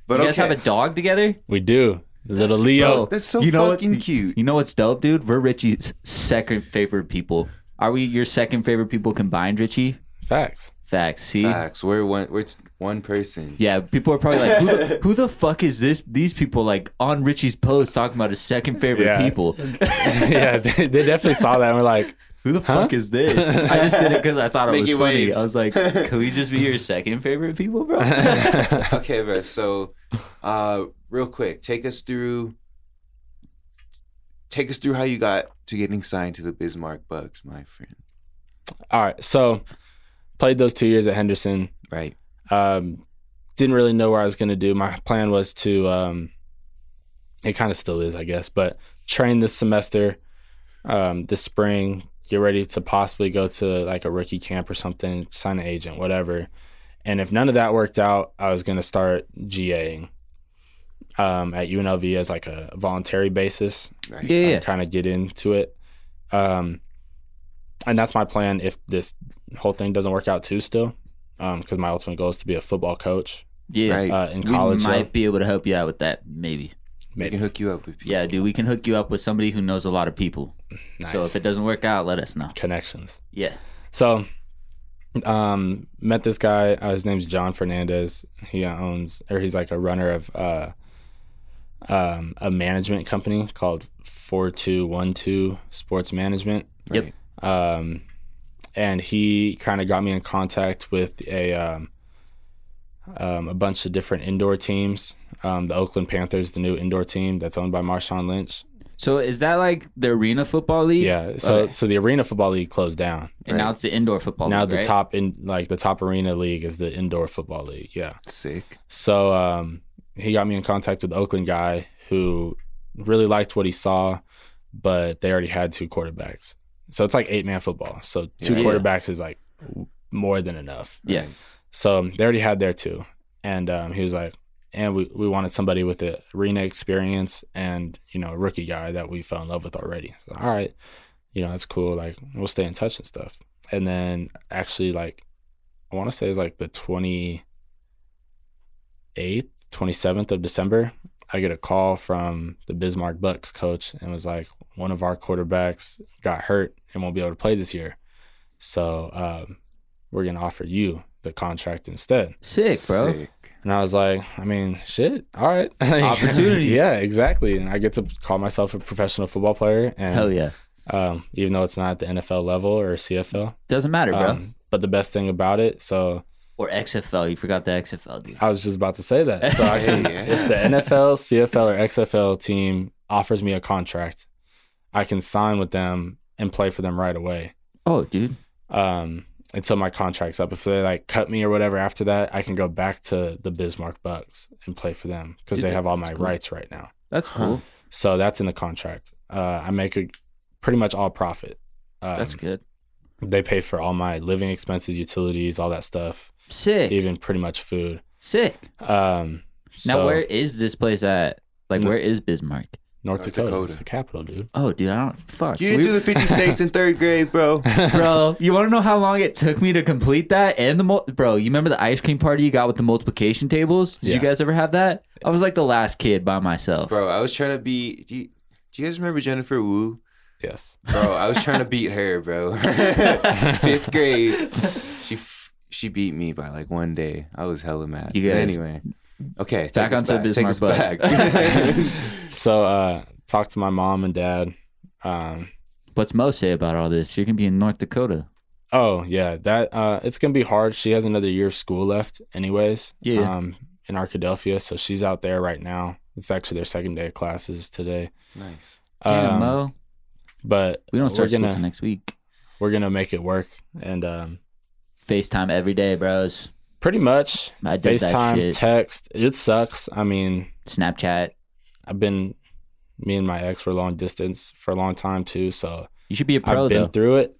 [SPEAKER 1] But
[SPEAKER 2] you
[SPEAKER 1] okay,
[SPEAKER 2] guys have a dog together?
[SPEAKER 3] We do. Little [LAUGHS] Leo.
[SPEAKER 1] that's so
[SPEAKER 2] You know what-
[SPEAKER 1] fucking cute.
[SPEAKER 2] You know what's dope, dude? We're Richie's second favorite people. Are we your second favorite people combined, Richie?
[SPEAKER 3] Facts.
[SPEAKER 2] Facts. See,
[SPEAKER 1] Facts. We're one. We're t- one person.
[SPEAKER 2] Yeah, people are probably like, who the, who the fuck is this? These people like on Richie's post talking about his second favorite
[SPEAKER 3] Yeah.
[SPEAKER 2] people.
[SPEAKER 3] [LAUGHS] yeah, they, they definitely saw that and were like, [LAUGHS]
[SPEAKER 2] Who the fuck is this? I just did it because I thought it
[SPEAKER 1] Make
[SPEAKER 2] was
[SPEAKER 1] it
[SPEAKER 2] funny.
[SPEAKER 1] waves.
[SPEAKER 2] I was like, can we just be your second favorite people, [LAUGHS] bro?
[SPEAKER 1] okay, bro. So, uh, real quick, take us through. Take us through how you got to getting signed to the Bismarck Bucks, my friend.
[SPEAKER 3] all right. So played those two years at Henderson.
[SPEAKER 1] Right.
[SPEAKER 3] Um, didn't really know where I was going to do. My plan was to, um, it kind of still is, I guess, but train this semester, um, this spring, you're ready to possibly go to like a rookie camp or something, sign an agent, whatever. And if none of that worked out, I was gonna start GAing um, at UNLV as like a voluntary basis
[SPEAKER 2] Yeah, yeah.
[SPEAKER 3] kind of get into it. Um, and that's my plan if this whole thing doesn't work out too still, because my ultimate goal is to be a football coach
[SPEAKER 2] yeah.
[SPEAKER 1] Right.
[SPEAKER 3] uh, in
[SPEAKER 2] We
[SPEAKER 3] college. though.
[SPEAKER 2] might be able to help you out with that, maybe.
[SPEAKER 1] We can hook you up with people.
[SPEAKER 2] Yeah, dude, we can hook you up with somebody who knows a lot of people.
[SPEAKER 3] Nice.
[SPEAKER 2] So if it doesn't work out, let us know.
[SPEAKER 3] Connections.
[SPEAKER 2] Yeah.
[SPEAKER 3] So um, met this guy. Uh, his name's John Fernandez. He owns, or he's like a runner of uh, um, a management company called 4212 Sports Management.
[SPEAKER 2] Yep.
[SPEAKER 1] Right.
[SPEAKER 3] um, and he kind of got me in contact with a um, um, a bunch of different indoor teams. Um, the Oakland Panthers, the new indoor team that's owned by Marshawn Lynch.
[SPEAKER 2] So is that like the arena football league?
[SPEAKER 3] Yeah, so
[SPEAKER 2] Okay.
[SPEAKER 3] so the Arena Football League closed down.
[SPEAKER 2] And now
[SPEAKER 1] Right.
[SPEAKER 2] it's the indoor football
[SPEAKER 3] now
[SPEAKER 2] league.
[SPEAKER 3] the
[SPEAKER 2] right?
[SPEAKER 3] top in like the top arena league is the indoor football league. Yeah.
[SPEAKER 1] Sick.
[SPEAKER 3] So um, he got me in contact with the Oakland guy who really liked what he saw, but they already had two quarterbacks. So it's like eight man football. So two
[SPEAKER 1] Yeah.
[SPEAKER 3] quarterbacks is like w- more than enough.
[SPEAKER 2] Yeah.
[SPEAKER 1] Right.
[SPEAKER 3] So um, they already had their two. And um, he was like, and we, we wanted somebody with the arena experience and, you know, a rookie guy that we fell in love with already. So, all right, you know, that's cool. Like, we'll stay in touch and stuff. And then actually, like, I want to say it's like the 28th, 27th of December, I get a call from the Bismarck Bucks coach and was like, one of our quarterbacks got hurt and won't be able to play this year. So um, we're going to offer you the contract instead.
[SPEAKER 2] Sick, bro.
[SPEAKER 1] Sick.
[SPEAKER 3] And I was like, I mean, shit, all right. [LAUGHS] Like,
[SPEAKER 2] Opportunities.
[SPEAKER 3] yeah, exactly. And I get to call myself a professional football player. And
[SPEAKER 2] Hell yeah.
[SPEAKER 3] um, even though it's not at the NFL level or CFL.
[SPEAKER 2] Doesn't matter, bro.
[SPEAKER 3] Um, but the best thing about it, so
[SPEAKER 2] or XFL. You forgot the XFL, dude.
[SPEAKER 3] I was just about to say that.
[SPEAKER 2] [LAUGHS]
[SPEAKER 3] So I can,
[SPEAKER 1] Yeah.
[SPEAKER 3] if the NFL, CFL, or XFL team offers me a contract, I can sign with them and play for them right away
[SPEAKER 2] Oh, dude.
[SPEAKER 3] um, until my contract's up. If they like cut me or whatever after that, I can go back to the Bismarck Bucks and play for them because
[SPEAKER 2] Dude,
[SPEAKER 3] they
[SPEAKER 2] that-
[SPEAKER 3] have all
[SPEAKER 2] that's
[SPEAKER 3] my
[SPEAKER 2] cool.
[SPEAKER 3] rights right now.
[SPEAKER 2] That's
[SPEAKER 1] Huh.
[SPEAKER 2] cool.
[SPEAKER 3] So that's in the contract. Uh, I make a pretty much all profit. Um,
[SPEAKER 2] That's good.
[SPEAKER 3] They pay for all my living expenses, utilities, all that stuff,
[SPEAKER 2] Sick.
[SPEAKER 3] even pretty much food.
[SPEAKER 2] Sick.
[SPEAKER 3] Um,
[SPEAKER 2] Now,
[SPEAKER 3] so-
[SPEAKER 2] where is this place at? Like,
[SPEAKER 3] No-
[SPEAKER 2] where is Bismarck?
[SPEAKER 3] North
[SPEAKER 1] North
[SPEAKER 3] Dakota,
[SPEAKER 1] Dakota.
[SPEAKER 3] It's the capital, dude.
[SPEAKER 2] Oh, dude, I don't. Fuck.
[SPEAKER 1] You didn't
[SPEAKER 2] We-
[SPEAKER 1] do the [LAUGHS] 50 states in third grade, bro.
[SPEAKER 2] [LAUGHS] bro, you want to know how long it took me to complete that? And the mul- bro, you remember the ice cream party you got with the multiplication tables? Did
[SPEAKER 3] Yeah.
[SPEAKER 2] you guys ever have that? I was like the last kid by myself.
[SPEAKER 1] Bro, I was trying to be. Do you, do you guys remember Jennifer Wu?
[SPEAKER 3] yes.
[SPEAKER 1] Bro, I was trying to beat her, bro. [LAUGHS] Fifth grade, she f- she beat me by like one day. I was hella mad.
[SPEAKER 2] You guys-
[SPEAKER 1] But anyway, okay, take
[SPEAKER 2] Back
[SPEAKER 1] us
[SPEAKER 2] onto
[SPEAKER 1] back. Take
[SPEAKER 2] Bismarck
[SPEAKER 1] us [LAUGHS]
[SPEAKER 2] Bucks. [LAUGHS]
[SPEAKER 1] back.
[SPEAKER 3] So uh, talked to my mom and dad. Um,
[SPEAKER 2] What's Mo say about all this? You're gonna be in North Dakota.
[SPEAKER 3] oh yeah, that uh, it's gonna be hard. She has another year of school left, anyways.
[SPEAKER 2] Yeah.
[SPEAKER 3] Um, in Arkadelphia, so she's out there right now. It's actually their second day of classes today.
[SPEAKER 1] nice.
[SPEAKER 2] Damn,
[SPEAKER 3] Um,
[SPEAKER 2] Mo.
[SPEAKER 3] But
[SPEAKER 2] We don't start
[SPEAKER 3] we're
[SPEAKER 2] school
[SPEAKER 3] gonna
[SPEAKER 2] till next week.
[SPEAKER 3] we're gonna make it work, and um,
[SPEAKER 2] FaceTime every day, bros.
[SPEAKER 3] pretty much
[SPEAKER 2] I did that
[SPEAKER 3] FaceTime,
[SPEAKER 2] shit.
[SPEAKER 3] text. It sucks. I mean,
[SPEAKER 2] Snapchat.
[SPEAKER 3] I've been me and my ex were long distance for a long time too, so
[SPEAKER 2] You should be a pro
[SPEAKER 3] I've been [LAUGHS]
[SPEAKER 2] though.
[SPEAKER 3] through it.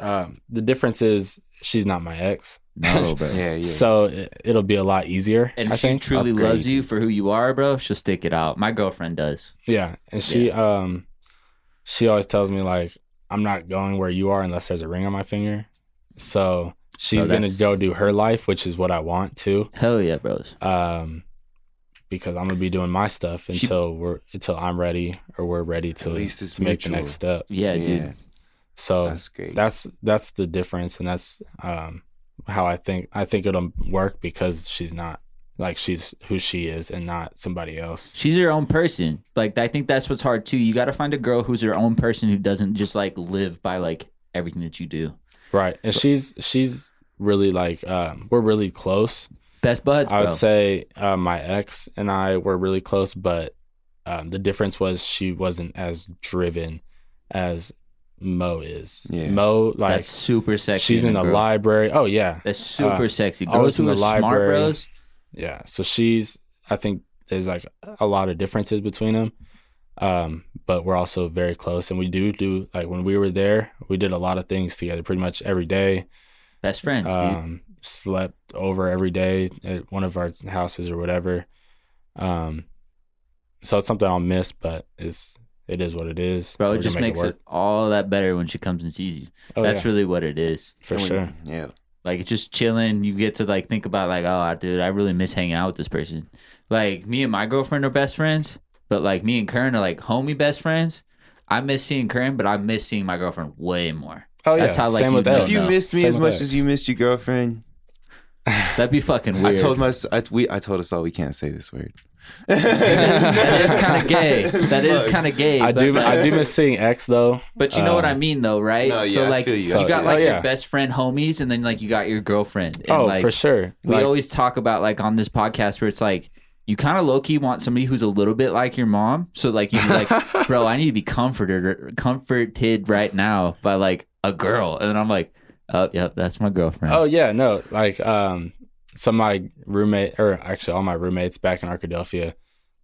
[SPEAKER 3] Um, the difference is she's not my ex,
[SPEAKER 2] no, bro.
[SPEAKER 1] Yeah, yeah.
[SPEAKER 3] so it, it'll be a lot easier.
[SPEAKER 2] And
[SPEAKER 3] I
[SPEAKER 2] she
[SPEAKER 3] think.
[SPEAKER 2] truly
[SPEAKER 1] Upgrade.
[SPEAKER 2] loves you for who you are, bro. She'll stick it out. My girlfriend does.
[SPEAKER 3] Yeah, and she um, she always tells me like I'm not going where you are unless there's a ring on my finger. So she's gonna
[SPEAKER 2] that's-
[SPEAKER 3] go do her life, which is what I want to.
[SPEAKER 2] Hell yeah, bros.
[SPEAKER 3] Um. Because I'm gonna be doing my stuff
[SPEAKER 2] She-
[SPEAKER 3] until we're until I'm ready or we're ready to,
[SPEAKER 1] At least it's
[SPEAKER 3] to make the
[SPEAKER 1] mutual.
[SPEAKER 3] next step.
[SPEAKER 2] Yeah,
[SPEAKER 1] yeah,
[SPEAKER 2] dude.
[SPEAKER 3] So
[SPEAKER 1] that's great.
[SPEAKER 3] that's that's the difference and that's um how i think i think it'll work because she's not like she's who she is and not somebody else
[SPEAKER 2] She's her own person. Like I think that's what's hard too. You got to find a girl who's her own person who doesn't just like live by like everything that you do.
[SPEAKER 3] right and she's she's really like um we're really close
[SPEAKER 2] Best buds,
[SPEAKER 3] i
[SPEAKER 2] bro.
[SPEAKER 3] would say uh, my ex and i were really close but um the difference was she wasn't as driven as mo is
[SPEAKER 1] Yeah.
[SPEAKER 3] mo like
[SPEAKER 2] that's super sexy.
[SPEAKER 3] she's in the
[SPEAKER 2] girl.
[SPEAKER 3] library oh yeah
[SPEAKER 2] That's super
[SPEAKER 3] Uh,
[SPEAKER 2] sexy.
[SPEAKER 3] I was
[SPEAKER 2] Girls
[SPEAKER 3] in
[SPEAKER 2] who
[SPEAKER 3] the
[SPEAKER 2] are smart,
[SPEAKER 3] library.
[SPEAKER 2] bros.
[SPEAKER 3] Yeah. So she's, I think there's like a lot of differences between them. um, but we're also very close. And we do do like when we were there, we did a lot of things together, pretty much every day.
[SPEAKER 2] Best friends, dude.
[SPEAKER 3] Um, slept over every day at one of our houses or whatever. Um, so it's something I'll miss, but it's it is what it is.
[SPEAKER 2] Bro,
[SPEAKER 3] We're
[SPEAKER 2] it
[SPEAKER 3] gonna
[SPEAKER 2] just
[SPEAKER 3] make
[SPEAKER 2] makes it,
[SPEAKER 3] work.
[SPEAKER 2] all that better when she comes and sees you.
[SPEAKER 3] Oh,
[SPEAKER 2] That's
[SPEAKER 3] yeah,
[SPEAKER 2] really what it is.
[SPEAKER 3] for
[SPEAKER 1] And we-
[SPEAKER 3] sure.
[SPEAKER 1] Yeah.
[SPEAKER 2] Like it's just chilling. You get to like think about like, oh, dude, I really miss hanging out with this person. Like me and my girlfriend are best friends, but like me and Karen are like homie best friends. I miss seeing Karen, but I miss seeing my girlfriend way more.
[SPEAKER 3] Oh yeah,
[SPEAKER 2] That's how, like,
[SPEAKER 3] same
[SPEAKER 2] you
[SPEAKER 3] with
[SPEAKER 2] know
[SPEAKER 3] that.
[SPEAKER 1] If you
[SPEAKER 2] no.
[SPEAKER 1] missed me
[SPEAKER 3] Same
[SPEAKER 1] as
[SPEAKER 3] with
[SPEAKER 1] much
[SPEAKER 3] us.
[SPEAKER 1] as you missed your girlfriend,
[SPEAKER 2] That'd be fucking
[SPEAKER 1] [LAUGHS]
[SPEAKER 2] weird.
[SPEAKER 1] I told my I, we I told us all we can't say this word.
[SPEAKER 2] [LAUGHS]
[SPEAKER 1] [LAUGHS]
[SPEAKER 2] that is kind of gay. That is kind of gay.
[SPEAKER 3] I
[SPEAKER 2] but,
[SPEAKER 3] do
[SPEAKER 2] like-
[SPEAKER 3] I do
[SPEAKER 2] [LAUGHS]
[SPEAKER 3] miss seeing X though.
[SPEAKER 2] But you know what I
[SPEAKER 3] Um,
[SPEAKER 2] mean, though, right?
[SPEAKER 1] No,
[SPEAKER 2] so
[SPEAKER 1] yeah, I
[SPEAKER 2] like,
[SPEAKER 1] feel you,
[SPEAKER 2] you,
[SPEAKER 1] I feel
[SPEAKER 2] got
[SPEAKER 1] you.
[SPEAKER 2] like
[SPEAKER 3] Oh, yeah.
[SPEAKER 2] your best friend homies, and then like you got your girlfriend. And,
[SPEAKER 3] Oh,
[SPEAKER 2] like,
[SPEAKER 3] for sure.
[SPEAKER 2] We
[SPEAKER 3] Like,
[SPEAKER 2] always talk about like on this podcast where it's like you kind of low key want somebody who's a little bit like your mom. So like you like,
[SPEAKER 1] [LAUGHS]
[SPEAKER 2] bro, I need to be comforted comforted right now by like a girl, and then I'm like, oh yep, that's my girlfriend.
[SPEAKER 3] Oh yeah, no, like um, some of my roommate or actually all my roommates back in Arkadelphia,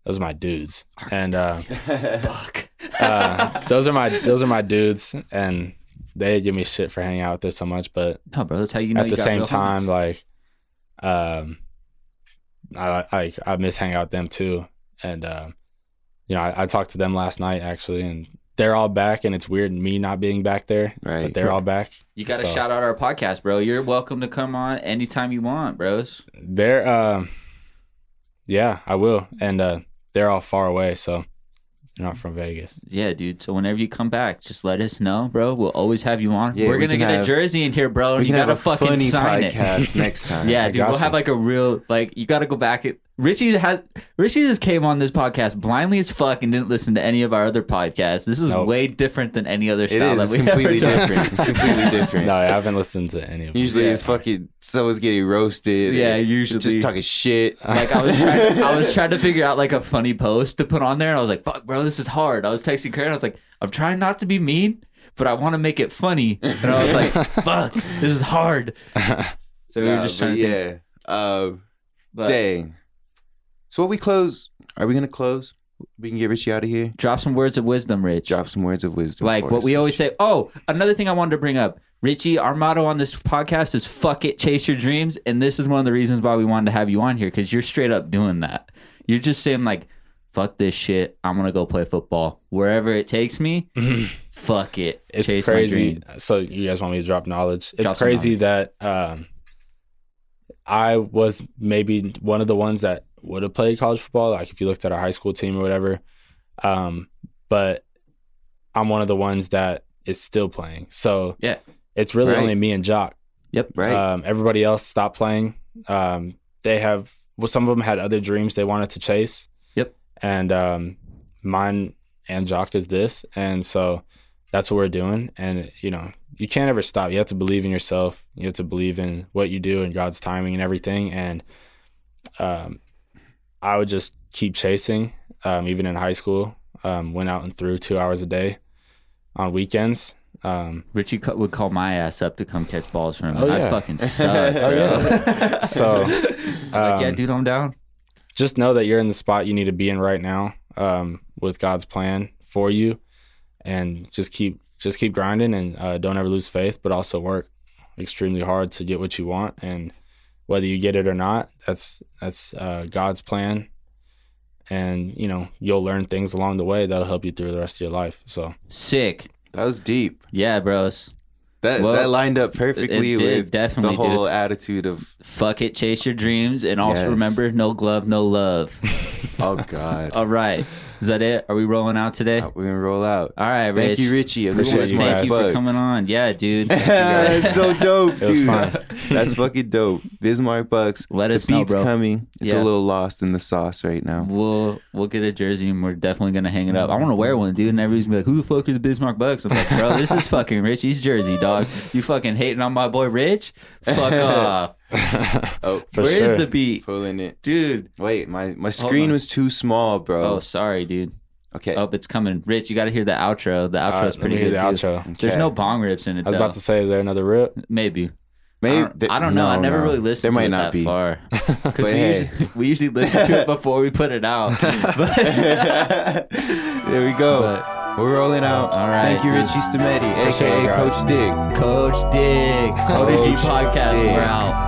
[SPEAKER 3] those are my dudes, and uh,
[SPEAKER 2] [LAUGHS] fuck.
[SPEAKER 3] uh, those are my those are my dudes, and they give me shit for hanging out with them so much. But
[SPEAKER 2] no, bro, that's how you know.
[SPEAKER 3] at
[SPEAKER 2] you
[SPEAKER 3] the
[SPEAKER 2] got
[SPEAKER 3] same
[SPEAKER 2] real homies.
[SPEAKER 3] time, like, um, I like I miss hanging out with them too, and um, you know I, I talked to them last night actually, and they're all back, and it's weird me not being back there,
[SPEAKER 1] right.
[SPEAKER 3] but they're all back.
[SPEAKER 2] you got to
[SPEAKER 3] so-
[SPEAKER 2] shout out our podcast, bro. You're welcome to come on anytime you want, bros.
[SPEAKER 3] They're um yeah, I will. And uh they're all far away, so they're not from Vegas.
[SPEAKER 2] Yeah, dude. So whenever you come back, just let us know, bro. We'll always have you on.
[SPEAKER 1] Yeah,
[SPEAKER 2] We're
[SPEAKER 1] we
[SPEAKER 2] gonna
[SPEAKER 1] can
[SPEAKER 2] get a
[SPEAKER 1] have-
[SPEAKER 2] jersey in here, bro.
[SPEAKER 1] we
[SPEAKER 2] and You
[SPEAKER 1] can have
[SPEAKER 2] gotta
[SPEAKER 1] a
[SPEAKER 2] fucking
[SPEAKER 1] funny
[SPEAKER 2] sign
[SPEAKER 1] podcast
[SPEAKER 2] [LAUGHS] it.
[SPEAKER 1] next time.
[SPEAKER 2] yeah,
[SPEAKER 3] I
[SPEAKER 2] dude. We'll
[SPEAKER 3] gotcha.
[SPEAKER 2] have like a real like. You gotta go back. It Richie has Richie just came on this podcast blindly as fuck and didn't listen to any of our other podcasts. This is
[SPEAKER 3] Nope.
[SPEAKER 2] way different than any other
[SPEAKER 1] it
[SPEAKER 2] style
[SPEAKER 1] is. It's
[SPEAKER 2] that we [LAUGHS]
[SPEAKER 1] completely
[SPEAKER 2] ever done.
[SPEAKER 1] different. It's completely different.
[SPEAKER 2] [LAUGHS]
[SPEAKER 3] No, I haven't listened to any of them.
[SPEAKER 1] Usually
[SPEAKER 2] Yeah.
[SPEAKER 1] it's fucking someone's getting roasted.
[SPEAKER 2] Yeah,
[SPEAKER 1] and
[SPEAKER 2] usually.
[SPEAKER 1] just talking shit.
[SPEAKER 2] [LAUGHS] Like I was, trying,
[SPEAKER 1] [LAUGHS]
[SPEAKER 2] I was trying to figure out like a funny post to put on there, and I was like, "Fuck, bro, this is hard." I was texting Karen. I was like, "I'm trying not to be mean, but I want to make it funny." And I
[SPEAKER 1] [LAUGHS]
[SPEAKER 2] was like, "Fuck, this is hard." So we were
[SPEAKER 1] Nah,
[SPEAKER 2] just
[SPEAKER 1] but
[SPEAKER 2] trying to think,
[SPEAKER 1] yeah. Um,
[SPEAKER 2] but
[SPEAKER 1] dang. So what we close? Are we gonna close? We can get Richie out of here.
[SPEAKER 2] drop some words of wisdom, Rich.
[SPEAKER 1] Drop some words of wisdom.
[SPEAKER 2] like
[SPEAKER 1] for
[SPEAKER 2] what
[SPEAKER 1] us.
[SPEAKER 2] we always say. Oh, another thing I wanted to bring up, Richie. Our motto on this podcast is "fuck it, chase your dreams," and this is one of the reasons why we wanted to have you on here because you're straight up doing that. You're just saying like, "Fuck this shit. I'm gonna go play football wherever it takes me."
[SPEAKER 3] [LAUGHS]
[SPEAKER 2] Fuck it.
[SPEAKER 3] it's
[SPEAKER 2] chase My
[SPEAKER 3] crazy.
[SPEAKER 2] dream.
[SPEAKER 3] So you guys want me to drop knowledge? It's
[SPEAKER 2] Drop some
[SPEAKER 3] crazy that um, I was maybe one of the ones that would have played college football. Like if you looked at our high school team or whatever, um, but I'm one of the ones that is still playing. So
[SPEAKER 2] Yeah.
[SPEAKER 3] it's really
[SPEAKER 1] Right.
[SPEAKER 3] only me and Jock.
[SPEAKER 2] Yep.
[SPEAKER 1] right.
[SPEAKER 3] Um, everybody else stopped playing. Um, they have well, some of them had other dreams they wanted to chase.
[SPEAKER 2] Yep.
[SPEAKER 3] And um, mine and Jock is this, and so that's what we're doing. And you know, you can't ever stop. You have to believe in yourself. You have to believe in what you do and God's timing and everything. And um, I would just keep chasing, um, even in high school. Um, went out and threw two hours a day on weekends. Um,
[SPEAKER 2] Richie cu- would call my ass up to come catch balls from him.
[SPEAKER 3] Oh,
[SPEAKER 2] I
[SPEAKER 3] yeah. [LAUGHS]
[SPEAKER 2] fucking suck, bro.
[SPEAKER 1] Oh,
[SPEAKER 2] [LAUGHS]
[SPEAKER 3] so,
[SPEAKER 2] like, yeah,
[SPEAKER 3] um,
[SPEAKER 2] dude, I'm down.
[SPEAKER 3] just know that you're in the spot you need to be in right now um, with God's plan for you, and just keep just keep grinding and uh, don't ever lose faith, but also work extremely hard to get what you want, and whether you get it or not, that's that's uh, God's plan, and you know you'll learn things along the way that'll help you through the rest of your life. So
[SPEAKER 2] Sick.
[SPEAKER 1] that was deep.
[SPEAKER 2] Yeah, bros.
[SPEAKER 1] That
[SPEAKER 2] Well,
[SPEAKER 1] that lined up perfectly
[SPEAKER 2] did,
[SPEAKER 1] with
[SPEAKER 2] definitely,
[SPEAKER 1] the whole attitude of
[SPEAKER 2] Fuck it, chase your dreams, and also
[SPEAKER 1] Yes.
[SPEAKER 2] remember, no glove, no
[SPEAKER 3] [LAUGHS]
[SPEAKER 2] love.
[SPEAKER 1] oh
[SPEAKER 2] [LAUGHS]
[SPEAKER 1] god.
[SPEAKER 2] All right, is that it? Are we rolling out today?
[SPEAKER 1] We're gonna roll out.
[SPEAKER 2] All right,
[SPEAKER 1] Thank
[SPEAKER 2] Rich.
[SPEAKER 1] you, Richie.
[SPEAKER 3] Appreciate
[SPEAKER 1] Everyone's
[SPEAKER 3] you
[SPEAKER 2] Thank
[SPEAKER 3] guys.
[SPEAKER 2] you for
[SPEAKER 1] bugs. [LAUGHS]
[SPEAKER 2] coming on. Yeah,
[SPEAKER 3] [LAUGHS]
[SPEAKER 2] dude. Thank you guys.
[SPEAKER 1] That's so dope,
[SPEAKER 3] it was
[SPEAKER 1] dude.
[SPEAKER 3] fun.
[SPEAKER 1] That's fucking dope. Bismarck Bucks.
[SPEAKER 2] [LAUGHS] Let
[SPEAKER 1] The
[SPEAKER 2] us know,
[SPEAKER 1] beat's
[SPEAKER 2] bro.
[SPEAKER 1] coming. It's a
[SPEAKER 2] Yeah.
[SPEAKER 1] little lost in the sauce right now.
[SPEAKER 2] We'll we'll get a jersey and we're definitely gonna hang it up. I want to wear one, dude. And everybody's gonna be like, "Who the fuck are the Bismarck Bucks?" I'm like, "Bro, this
[SPEAKER 3] [LAUGHS]
[SPEAKER 2] is fucking Richie's jersey, dog. You fucking hating on my boy Rich?
[SPEAKER 3] [LAUGHS]
[SPEAKER 2] Fuck off.
[SPEAKER 1] Oh,
[SPEAKER 3] For
[SPEAKER 2] Where is
[SPEAKER 3] sure.
[SPEAKER 2] the beat,
[SPEAKER 1] pulling it.
[SPEAKER 2] dude?
[SPEAKER 1] Wait, my, my screen
[SPEAKER 2] on.
[SPEAKER 1] was too small,
[SPEAKER 2] Oh,
[SPEAKER 1] bro.
[SPEAKER 2] sorry, dude.
[SPEAKER 1] okay.
[SPEAKER 2] Oh, it's coming, Rich. You got to hear the outro. The
[SPEAKER 3] [LAUGHS] All
[SPEAKER 2] outro
[SPEAKER 3] right,
[SPEAKER 2] is
[SPEAKER 3] let
[SPEAKER 2] pretty
[SPEAKER 3] me hear
[SPEAKER 2] good.
[SPEAKER 3] the
[SPEAKER 2] dude.
[SPEAKER 3] outro.
[SPEAKER 2] There's
[SPEAKER 1] Okay.
[SPEAKER 2] no bong rips in it.
[SPEAKER 3] I was
[SPEAKER 2] though.
[SPEAKER 3] about to say, is there another rip?
[SPEAKER 2] Maybe. I
[SPEAKER 1] Maybe
[SPEAKER 2] don't, I don't know. I never really listened.
[SPEAKER 1] There might
[SPEAKER 2] to
[SPEAKER 1] not
[SPEAKER 2] it that
[SPEAKER 1] be.
[SPEAKER 2] far. 'Cause
[SPEAKER 1] But
[SPEAKER 2] we,
[SPEAKER 1] hey.
[SPEAKER 2] usually, we usually listen to it before we put it out. But,
[SPEAKER 1] [LAUGHS] there we go.
[SPEAKER 2] but
[SPEAKER 1] We're rolling out.
[SPEAKER 2] All right,
[SPEAKER 1] Thank you,
[SPEAKER 2] dude.
[SPEAKER 1] Richie Stametti,
[SPEAKER 3] Appreciate
[SPEAKER 1] aka
[SPEAKER 3] it, guys.
[SPEAKER 1] Coach Dick.
[SPEAKER 2] Coach Dick, ODG
[SPEAKER 1] Coach
[SPEAKER 2] podcast,
[SPEAKER 1] Dick.
[SPEAKER 2] we're out.